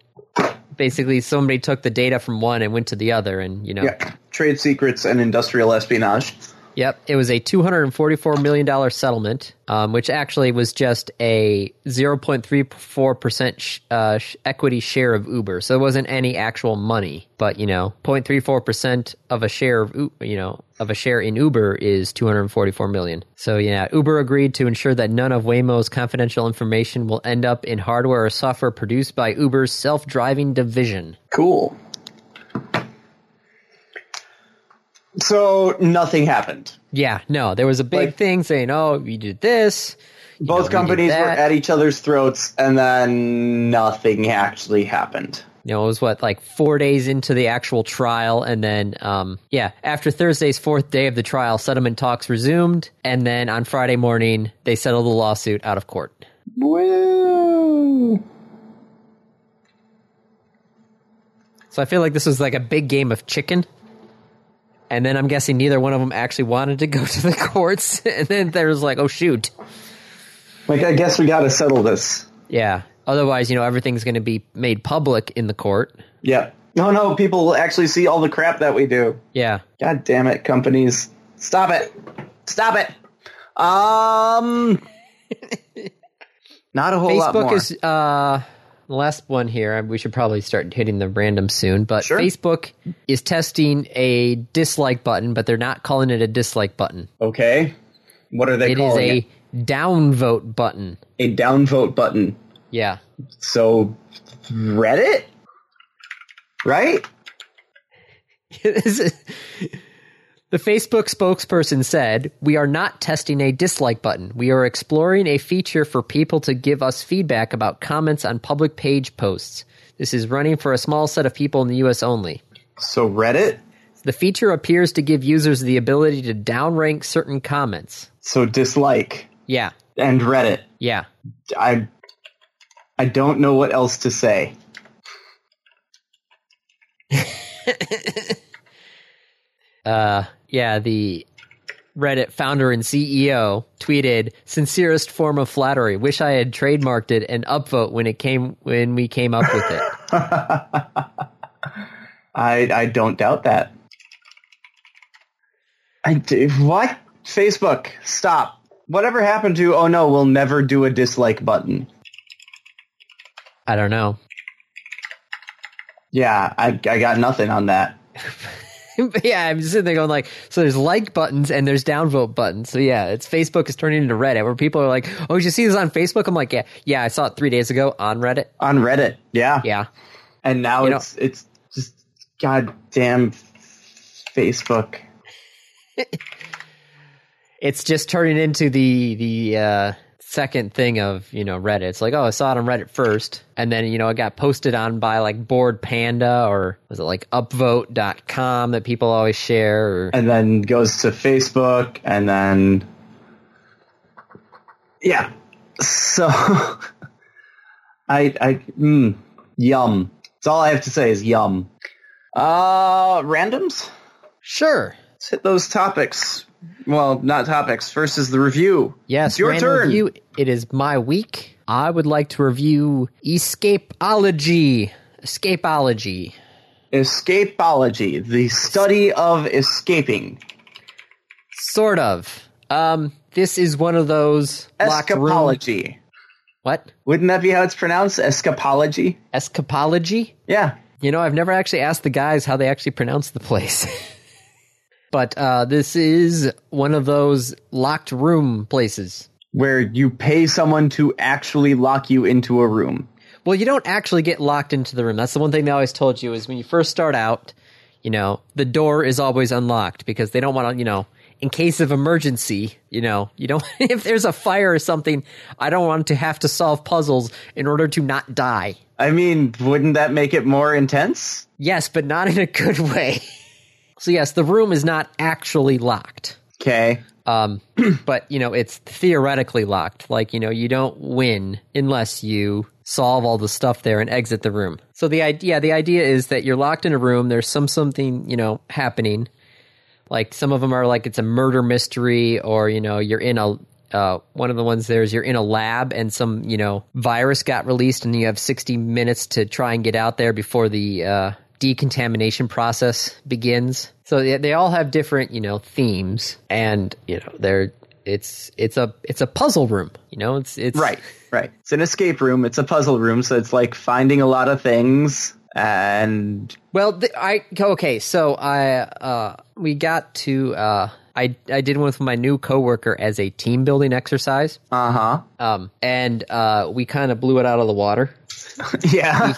S1: basically somebody took the data from one and went to the other, and you know,
S2: Yeah. Trade secrets and industrial espionage.
S1: Yep, it was a two hundred and forty-four million dollar settlement, um, which actually was just a zero point three four percent uh, equity share of Uber. So it wasn't any actual money, but you know, 0.34 percent of a share of U- you know of a share in Uber is two hundred and forty-four million. So yeah, Uber agreed to ensure that none of Waymo's confidential information will end up in hardware or software produced by Uber's self-driving division.
S2: Cool. So nothing happened.
S1: Yeah, no, there was a big
S2: Like-
S1: thing saying, "Oh, you did this." you know,
S2: Both
S1: you did
S2: companies were
S1: that.
S2: at each other's throats, and then nothing actually happened.
S1: you know, it was what like four days into the actual trial, and then um, yeah, after Thursday's fourth day of the trial, settlement talks resumed, and then on Friday morning they settled the lawsuit out of court.
S2: Woo!
S1: So I feel like this was like a big game of chicken, and then I'm guessing neither one of them actually wanted to go <laughs> to the courts, and then there was like, oh shoot,
S2: Like, I guess we gotta settle this.
S1: yeah. Otherwise, you know, everything's going to be made public in the court.
S2: Yep. No, no, people will actually see all the crap that we do.
S1: Yeah,
S2: God damn it, companies. Stop it. Stop it.
S1: <laughs>
S2: Um. Not a whole lot
S1: Facebook
S2: more.
S1: is uh, the last one here. We should probably start hitting them random soon. But
S2: Sure.
S1: Facebook is testing a dislike button, but they're not calling it a dislike button.
S2: okay. What are
S1: It
S2: they
S1: is
S2: calling
S1: a
S2: it?
S1: downvote button.
S2: A downvote button.
S1: Yeah, <laughs>
S2: So, Reddit? Right?
S1: the Facebook spokesperson said, "We are not testing a dislike button. We are exploring a feature for people to give us feedback about comments on public page posts. This is running for a small set of people in the U.S. only."
S2: So, Reddit?
S1: The feature appears to give users the ability to downrank certain comments.
S2: So, dislike
S1: Yeah,
S2: and Reddit.
S1: yeah.
S2: I I don't know what else to say.
S1: Uh, yeah, the Reddit founder and CEO tweeted, "Sincerest form of flattery. Wish I had trademarked it and upvote when it came when we came up with it."
S2: I I don't doubt that. I d- what? Facebook, stop. Whatever happened to oh no, we'll never do a dislike button.
S1: I don't know.
S2: Yeah, I, I got nothing on that.
S1: <laughs> But yeah, I'm just sitting there going like, so there's like buttons and there's downvote buttons. So yeah, it's Facebook is turning into Reddit where people are like, oh, did you see this on Facebook? I'm like, yeah, yeah, I saw it three days ago on Reddit.
S2: On Reddit, yeah.
S1: Yeah,
S2: And now
S1: You know-
S2: it's it's just goddamn Facebook.
S1: it's just turning into the the uh, second thing of you know Reddit. It's like, oh, I saw it on Reddit first, and then you know it got posted on by like Board Panda or was it like Upvote.com that people always share. Or,
S2: And then goes to Facebook and then Yeah. So <laughs> I I mm, yum. That's all I have to say is yum. Uh randoms?
S1: sure.
S2: Let's hit those topics. Well, not topics. First is the review.
S1: Yes,
S2: It's your
S1: random
S2: turn.
S1: Review. It is my week. I would like to review Escapeology. Escapeology.
S2: Escapology, the study of escaping.
S1: Sort of. Um, this is one of those locked room-
S2: Escapology.
S1: What?
S2: Wouldn't that be how it's pronounced? Escapology?
S1: Escapology?
S2: Yeah.
S1: You know, I've never actually asked the guys how they actually pronounce the place. <laughs> but uh, this is one of those locked room places.
S2: Where you pay someone to actually lock you into a room.
S1: Well, you don't actually get locked into the room. That's the one thing they always told you is when you first start out, you know, the door is always unlocked because they don't want to, you know, in case of emergency, you know, you don't <laughs> if there's a fire or something, I don't want to have to solve puzzles in order to not die.
S2: I mean, wouldn't that make it more intense?
S1: Yes, but not in a good <laughs> way. so yes, the room is not actually locked.
S2: Okay.
S1: Um, <clears throat> but you know, it's theoretically locked. Like you know, you don't win unless you solve all the stuff there and exit the room. So the idea, the idea is that you're locked in a room. There's some something you know happening. Like some of them are like it's a murder mystery, or you know, you're in a. Uh, one of the ones there is you're in a lab and some you know virus got released and you have 60 minutes to try and get out there before the uh, decontamination process begins. So they, they all have different, you know, themes, and you know, they're it's it's a it's a puzzle room. You know, it's it's
S2: Right, right. It's an escape room. It's a puzzle room, so it's like finding a lot of things and
S1: Well, th- I okay. So I uh, we got to uh, I I did one with my new coworker as a team building exercise,
S2: uh-huh. <laughs>
S1: um, and uh, we kind of blew it out of the water.
S2: Yeah.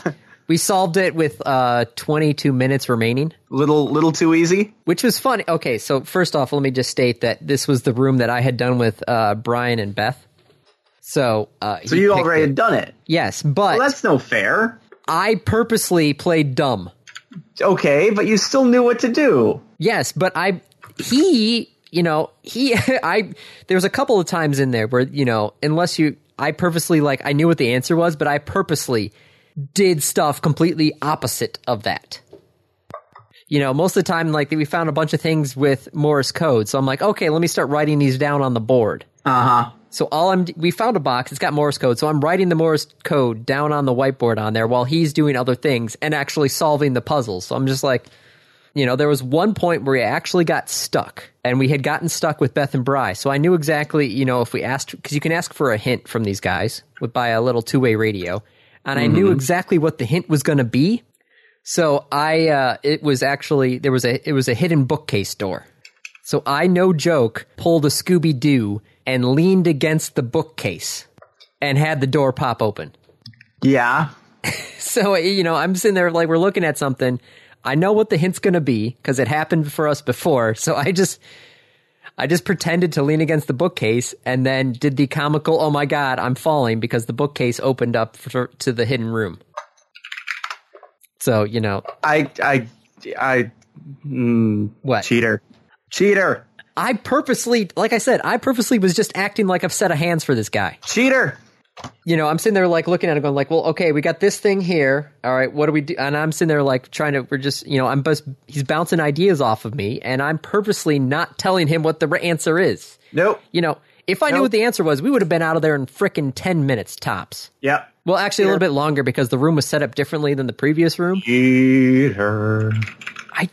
S1: We solved it with uh, 22 minutes remaining.
S2: little little too easy.
S1: which was fun. Okay, so first off, let me just state that this was the room that I had done with uh, Brian and Beth. So, uh,
S2: So you already had done it.
S1: yes, but
S2: Well, that's no fair.
S1: I purposely played dumb.
S2: Okay, but you still knew what to do.
S1: Yes, but I he you know he <laughs> I there was a couple of times in there where you know unless you I purposely like I knew what the answer was, but I purposely did stuff completely opposite of that. You know, most of the time, like we found a bunch of things with Morse code, so I'm like, okay, let me start writing these down on the board.
S2: Uh huh.
S1: So all I'm we found a box. It's got Morse code. So I'm writing the Morse code down on the whiteboard on there while he's doing other things and actually solving the puzzles. So I'm just like, you know, there was one point where we actually got stuck, and we had gotten stuck with Beth and Bry. So I knew exactly, you know, if we asked because you can ask for a hint from these guys with by a little two way radio, and I knew exactly what the hint was going to be. So I, uh, it was actually there was a it was a hidden bookcase door. So I, no joke, pulled a Scooby Doo and leaned against the bookcase and had the door pop open.
S2: Yeah.
S1: <laughs> So, you know, I'm sitting there like we're looking at something. I know what the hint's going to be because it happened for us before. So I just. I just pretended to lean against the bookcase and then did the comical, oh my god, I'm falling because the bookcase opened up for, to the hidden room. So, you know,
S2: I I I mm,
S1: What?
S2: cheater cheater
S1: I purposely, like I said, I purposely was just acting like I've set of hands for this guy.
S2: cheater.
S1: you know, I'm sitting there like looking at it, going like, well, okay, we got this thing here. All right, what do we do? And I'm sitting there like trying to, we're just, you know, I'm bus- he's bouncing ideas off of me, and I'm purposely not telling him what the r- answer is.
S2: Nope.
S1: You know, if I knew
S2: Nope.
S1: what the answer was, we would have been out of there in frickin' ten minutes tops.
S2: Yep.
S1: Well, actually, a little bit longer because the room was set up differently than the previous room.
S2: Cheater.
S1: I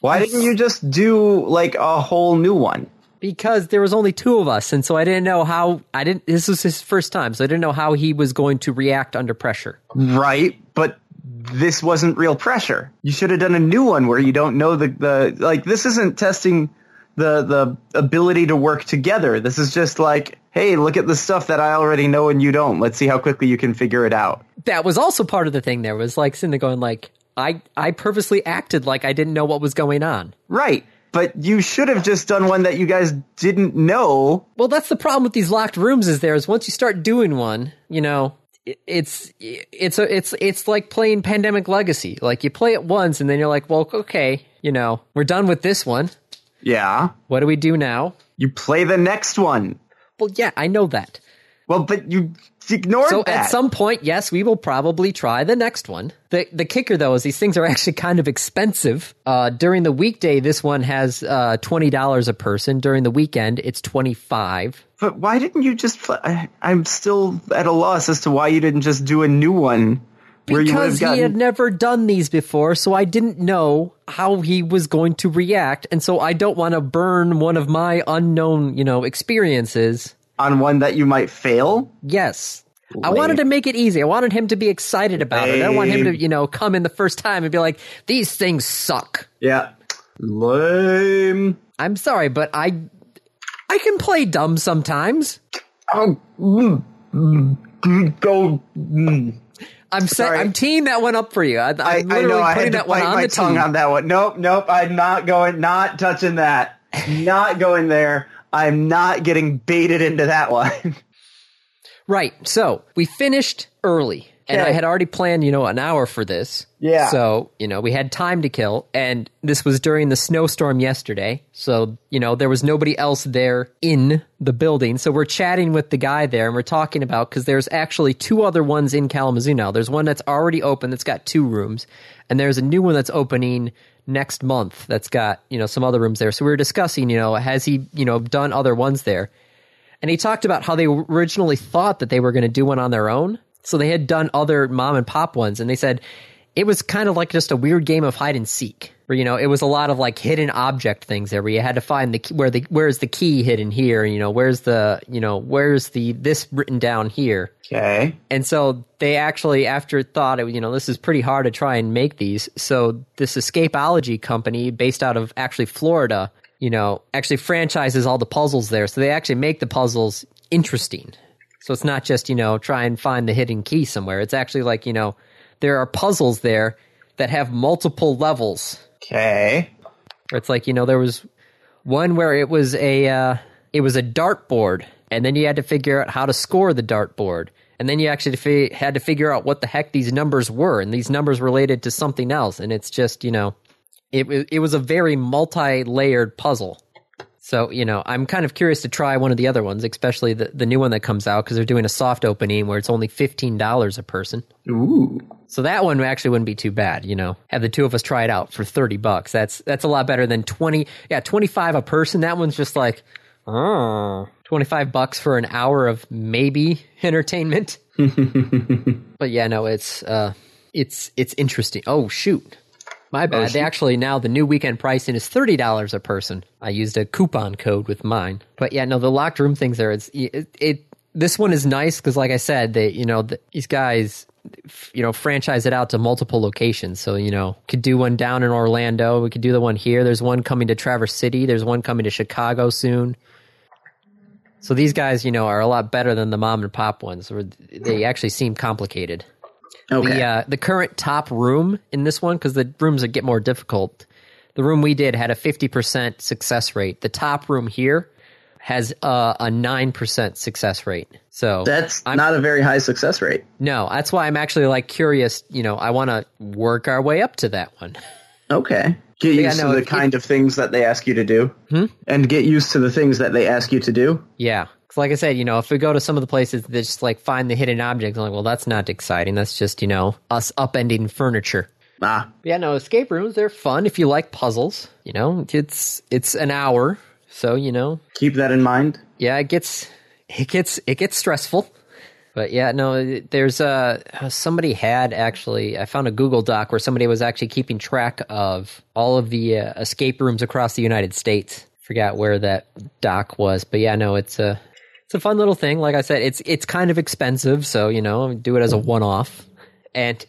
S2: Why didn't you just do like a whole new one?
S1: because there was only two of us, and so I didn't know how I didn't. This was his first time, so I didn't know how he was going to react under pressure.
S2: Right, but this wasn't real pressure. You should have done a new one where you don't know the, the like this isn't testing the the ability to work together. This is just like, hey, look at the stuff that I already know and you don't. Let's see how quickly you can figure it out.
S1: That was also part of the thing. There was like sitting there going like, I I purposely acted like I didn't know what was going on.
S2: Right. But you should have just done one that you guys didn't know.
S1: Well, that's the problem with these locked rooms. Is there is once you start doing one, you know, it- it's it's a, it's it's like playing Pandemic Legacy. Like you play it once and then you're like, well, okay, you know, we're done with this one.
S2: Yeah.
S1: What do we do now?
S2: You play the next one.
S1: Well, yeah, I know that.
S2: Well, but you ignored <laughs>
S1: So
S2: that.
S1: at some point, yes, we will probably try the next one. The the kicker though is these things are actually kind of expensive. Uh, during the weekday, this one has uh, twenty dollars a person. During the weekend, it's twenty five.
S2: but why didn't you just? Pl- I, I'm still at a loss as to why you didn't just do a new one where you would
S1: Because
S2: have
S1: he
S2: gotten.
S1: had never done these before, so I didn't know how he was going to react, and so I don't want to burn one of my unknown, you know, experiences.
S2: on one that you might fail.
S1: Yes. I
S2: Lame.
S1: wanted to make it easy. I wanted him to be excited about it. I don't want him to,
S2: Lame.
S1: you know, come in the first time and be like, these things suck.
S2: Yeah. Lame.
S1: I'm sorry, but I I can play dumb sometimes.
S2: Oh, mm, mm, mm, go. mm.
S1: I'm sa-
S2: Sorry.
S1: I'm teeing that one up for you. I, I'm
S2: I, I
S1: literally
S2: know. I
S1: putting
S2: had to
S1: that one
S2: bite
S1: on
S2: my
S1: the
S2: tongue
S1: tee.
S2: on that one. Nope, nope. I'm not going. Not touching that. not going there. I'm not getting baited into that one. <laughs>
S1: Right. So we finished early, and
S2: Okay.
S1: I had already planned, you know, an hour for this.
S2: Yeah.
S1: So you know, we had time to kill, and this was during the snowstorm yesterday. So you know, there was nobody else there in the building. So we're chatting with the guy there, and we're talking about because there's actually two other ones in Kalamazoo now. There's one that's already open that's got two rooms, and there's a new one that's opening next month that's got you know some other rooms there. So we were discussing, you know, has he you know done other ones there? And he talked about how they originally thought that they were going to do one on their own. So they had done other mom and pop ones, and they said it was kind of like just a weird game of hide and seek, where you know it was a lot of like hidden object things there, where you had to find the key, where the where's the key hidden here, you know where's the you know where's the this written down here.
S2: Okay.
S1: And so they actually, after thought, you know, this is pretty hard to try and make these. So this escapology company, based out of actually Florida, you know, actually franchises all the puzzles there. So they actually make the puzzles interesting. So it's not just you know try and find the hidden key somewhere. It's actually like you know there are puzzles there that have multiple levels.
S2: Okay.
S1: Where it's like you know there was one where it was a uh, it was a dartboard, and then you had to figure out how to score the dartboard, and then you actually fi- had to figure out what the heck these numbers were, and these numbers related to something else, and it's just you know it wa- it was a very multi layered puzzle. So you know I'm kind of curious to try one of the other ones, especially the the new one that comes out because they're doing a soft opening where it's only fifteen dollars a person.
S2: Ooh.
S1: So that one actually wouldn't be too bad, you know. Have the two of us try it out for thirty bucks. That's that's a lot better than twenty. Yeah, twenty five a person. That one's just like, oh, 25 bucks for an hour of maybe <laughs> entertainment. but yeah, no, it's uh, it's it's interesting. Oh shoot, my bad. They actually now the new weekend pricing is thirty dollars a person. I used a coupon code with mine. But yeah, no, the locked room things there. It's it. it this one is nice because, like I said, they you know th these guys, f- you know, franchise it out to multiple locations. So you know, could do one down in Orlando. We could do the one here. There's one coming to Traverse City. There's one coming to Chicago soon. So these guys, you know, are a lot better than the mom and pop ones. Where they actually seem complicated
S2: Okay.
S1: the uh, the current top room in this one because the rooms that get more difficult. The room we did had a fifty percent success rate. The top room here has uh, a nine percent success rate. So
S2: That's not a very high success rate.
S1: no, that's why I'm actually like curious. You know, I want to work our way up to that one. <laughs>
S2: Okay. Get used
S1: no,
S2: to the
S1: it-
S2: kind of things that they ask you to do. And get used to the things that they ask you to do.
S1: Yeah. 'Cause like I said, you know, if we go to some of the places that just like find the hidden objects, I'm like, well, that's not exciting. That's just you know us upending furniture.
S2: Ah.
S1: But yeah, no, escape rooms, they're fun if you like puzzles. You know, it's it's an hour, so you know,
S2: Keep that in mind.
S1: yeah, it gets it gets it gets stressful. But yeah, no, it- there's uh somebody had actually I found a Google Doc where somebody was actually keeping track of all of the uh, escape rooms across the United States. Forgot where that doc was, but yeah, no, it's a it's a fun little thing. Like I said, it's it's kind of expensive, so you know, do it as a one off. And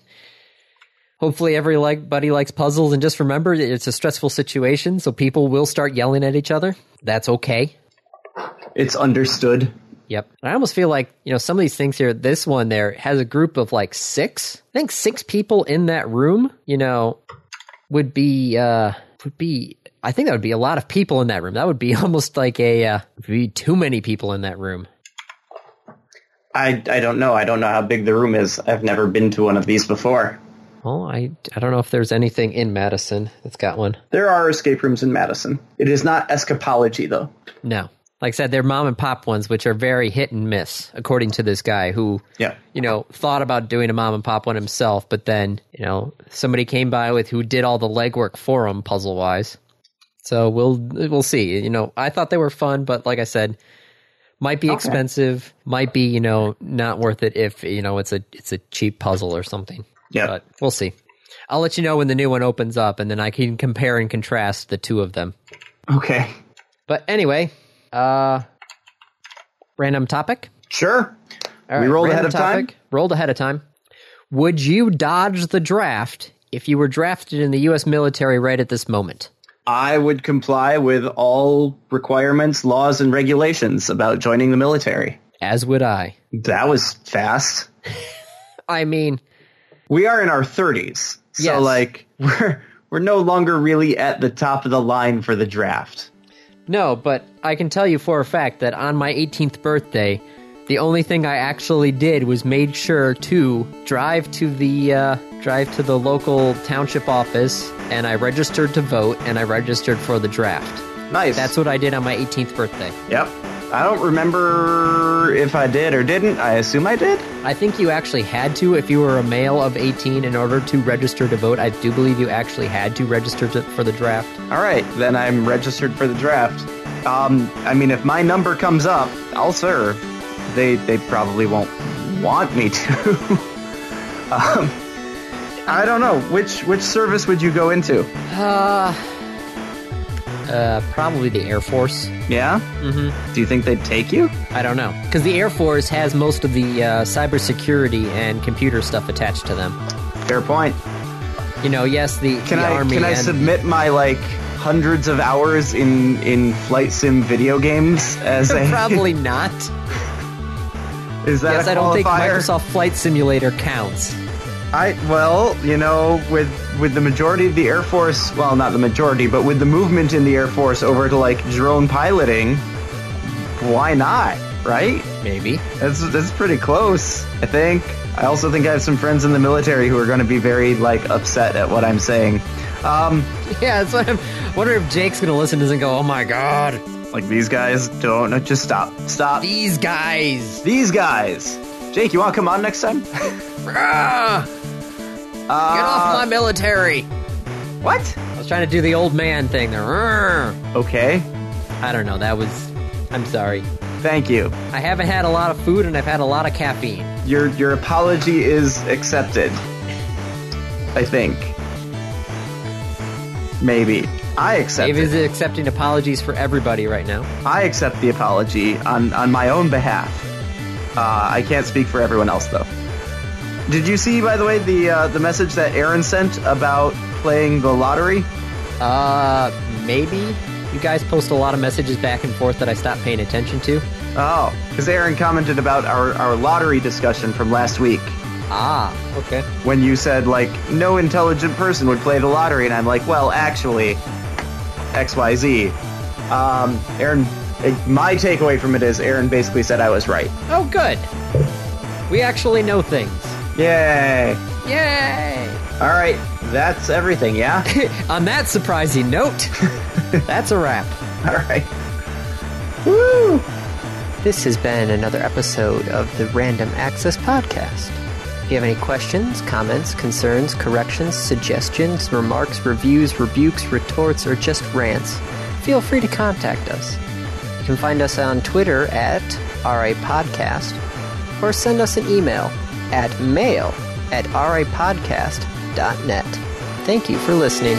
S1: Hopefully, everybody likes puzzles, and just remember that it's a stressful situation, so people will start yelling at each other. That's okay.
S2: It's understood.
S1: Yep. And I almost feel like, you know, some of these things here, this one there has a group of like six. I think six people in that room, you know, would be uh would be I think that would be a lot of people in that room. That would be <laughs> almost like a uh would be too many people in that room.
S2: I, I don't know. I don't know how big the room is. I've never been to one of these before.
S1: Well, I I don't know if there's anything in Madison that's got one.
S2: There are escape rooms in Madison. It is not escapology, though.
S1: No. Like I said, they're mom and pop ones, which are very hit and miss, according to this guy who
S2: Yeah.
S1: you know, thought about doing a mom and pop one himself, but then, you know, somebody came by with who did all the legwork for him puzzle wise. So we'll we'll see. You know, I thought they were fun, but like I said, might be expensive, might be, you know, not worth it if, you know, it's a it's a cheap puzzle or something.
S2: Yeah.
S1: But we'll see. I'll let you know when the new one opens up and then I can compare and contrast the two of them.
S2: Okay.
S1: But anyway, uh random topic.
S2: Sure.
S1: All
S2: We rolled
S1: random
S2: ahead of time?
S1: Rolled ahead of time. Would you dodge the draft if you were drafted in the U.S. military right at this moment?
S2: I would comply with all requirements, laws, and regulations about joining the military.
S1: As would I.
S2: That was fast.
S1: I mean,
S2: We are in our 30s. So
S1: Yes.
S2: like <laughs> we're we're no longer really at the top of the line for the draft.
S1: no, but I can tell you for a fact that on my 18th birthday, the only thing I actually did was made sure to drive to the uh, drive to the local township office, and I registered to vote, and I registered for the draft.
S2: Nice.
S1: That's what I did on my 18th birthday.
S2: Yep. I don't remember if I did or didn't. I assume I did.
S1: I think you actually had to, if you were a male of 18, in order to register to vote. I do believe you actually had to register to, for the draft.
S2: All right, then I'm registered for the draft. Um, I mean, if my number comes up, I'll serve. They they probably won't want me to. <laughs> um, I don't know which which service would you go into?
S1: Uh, uh, probably the Air Force.
S2: Yeah.
S1: Mhm.
S2: Do you think they'd take you?
S1: I don't know. Because the Air Force has most of the uh, cybersecurity and computer stuff attached to them.
S2: Fair point.
S1: You know, yes, the,
S2: Can
S1: the
S2: I
S1: Army
S2: can I
S1: and- <laughs>
S2: submit my like hundreds of hours in in flight sim video games as a
S1: <laughs> Probably
S2: <laughs>
S1: not.
S2: is that
S1: yes,
S2: a
S1: I don't think
S2: qualifier?
S1: Microsoft Flight Simulator counts.
S2: I well, you know, with with the majority of the Air Force, well, not the majority, but with the movement in the Air Force over to like drone piloting, why not? Right?
S1: Maybe.
S2: That's that's pretty close, I think. I also think I have some friends in the military who are going to be very like upset at what I'm saying. Um,
S1: <laughs> Yeah, that's what I'm. I wonder if Jake's going to listen to this and go, oh my god,
S2: like these guys don't no, just stop, stop.
S1: these guys.
S2: These guys, Jake, you want to come on next time? <laughs>
S1: Ah!
S2: Uh,
S1: Get off my military!
S2: what?
S1: I was trying to do the old man thing there. Rrr.
S2: Okay,
S1: I don't know. That was. I'm sorry.
S2: thank you.
S1: I haven't had a lot of food and I've had a lot of caffeine.
S2: Your your apology is accepted. I think. Maybe. I accept
S1: Dave
S2: it.
S1: is accepting apologies for everybody right now.
S2: I accept the apology on, on my own behalf. Uh, I can't speak for everyone else though. Did you see by the way the uh, the message that Aaron sent about playing the lottery?
S1: Uh, maybe you guys post a lot of messages back and forth that I stopped paying attention to.
S2: Oh, because Aaron commented about our, our lottery discussion from last week
S1: Ah, okay.
S2: when you said like no intelligent person would play the lottery and i'm like well actually xyz um aaron it- my takeaway from it is aaron basically said i was right
S1: Oh, good. We actually know things.
S2: yay
S1: Yay!
S2: all right that's everything yeah <laughs>
S1: On that surprising note, <laughs> that's a wrap.
S2: all right Woo!
S1: This has been another episode of the Random Access Podcast. If you have any questions, comments, concerns, corrections, suggestions, remarks, reviews, rebukes, retorts, or just rants, feel free to contact us. You can find us on Twitter at RAPodcast or send us an email at mail at rapodcast.net. Thank you for listening.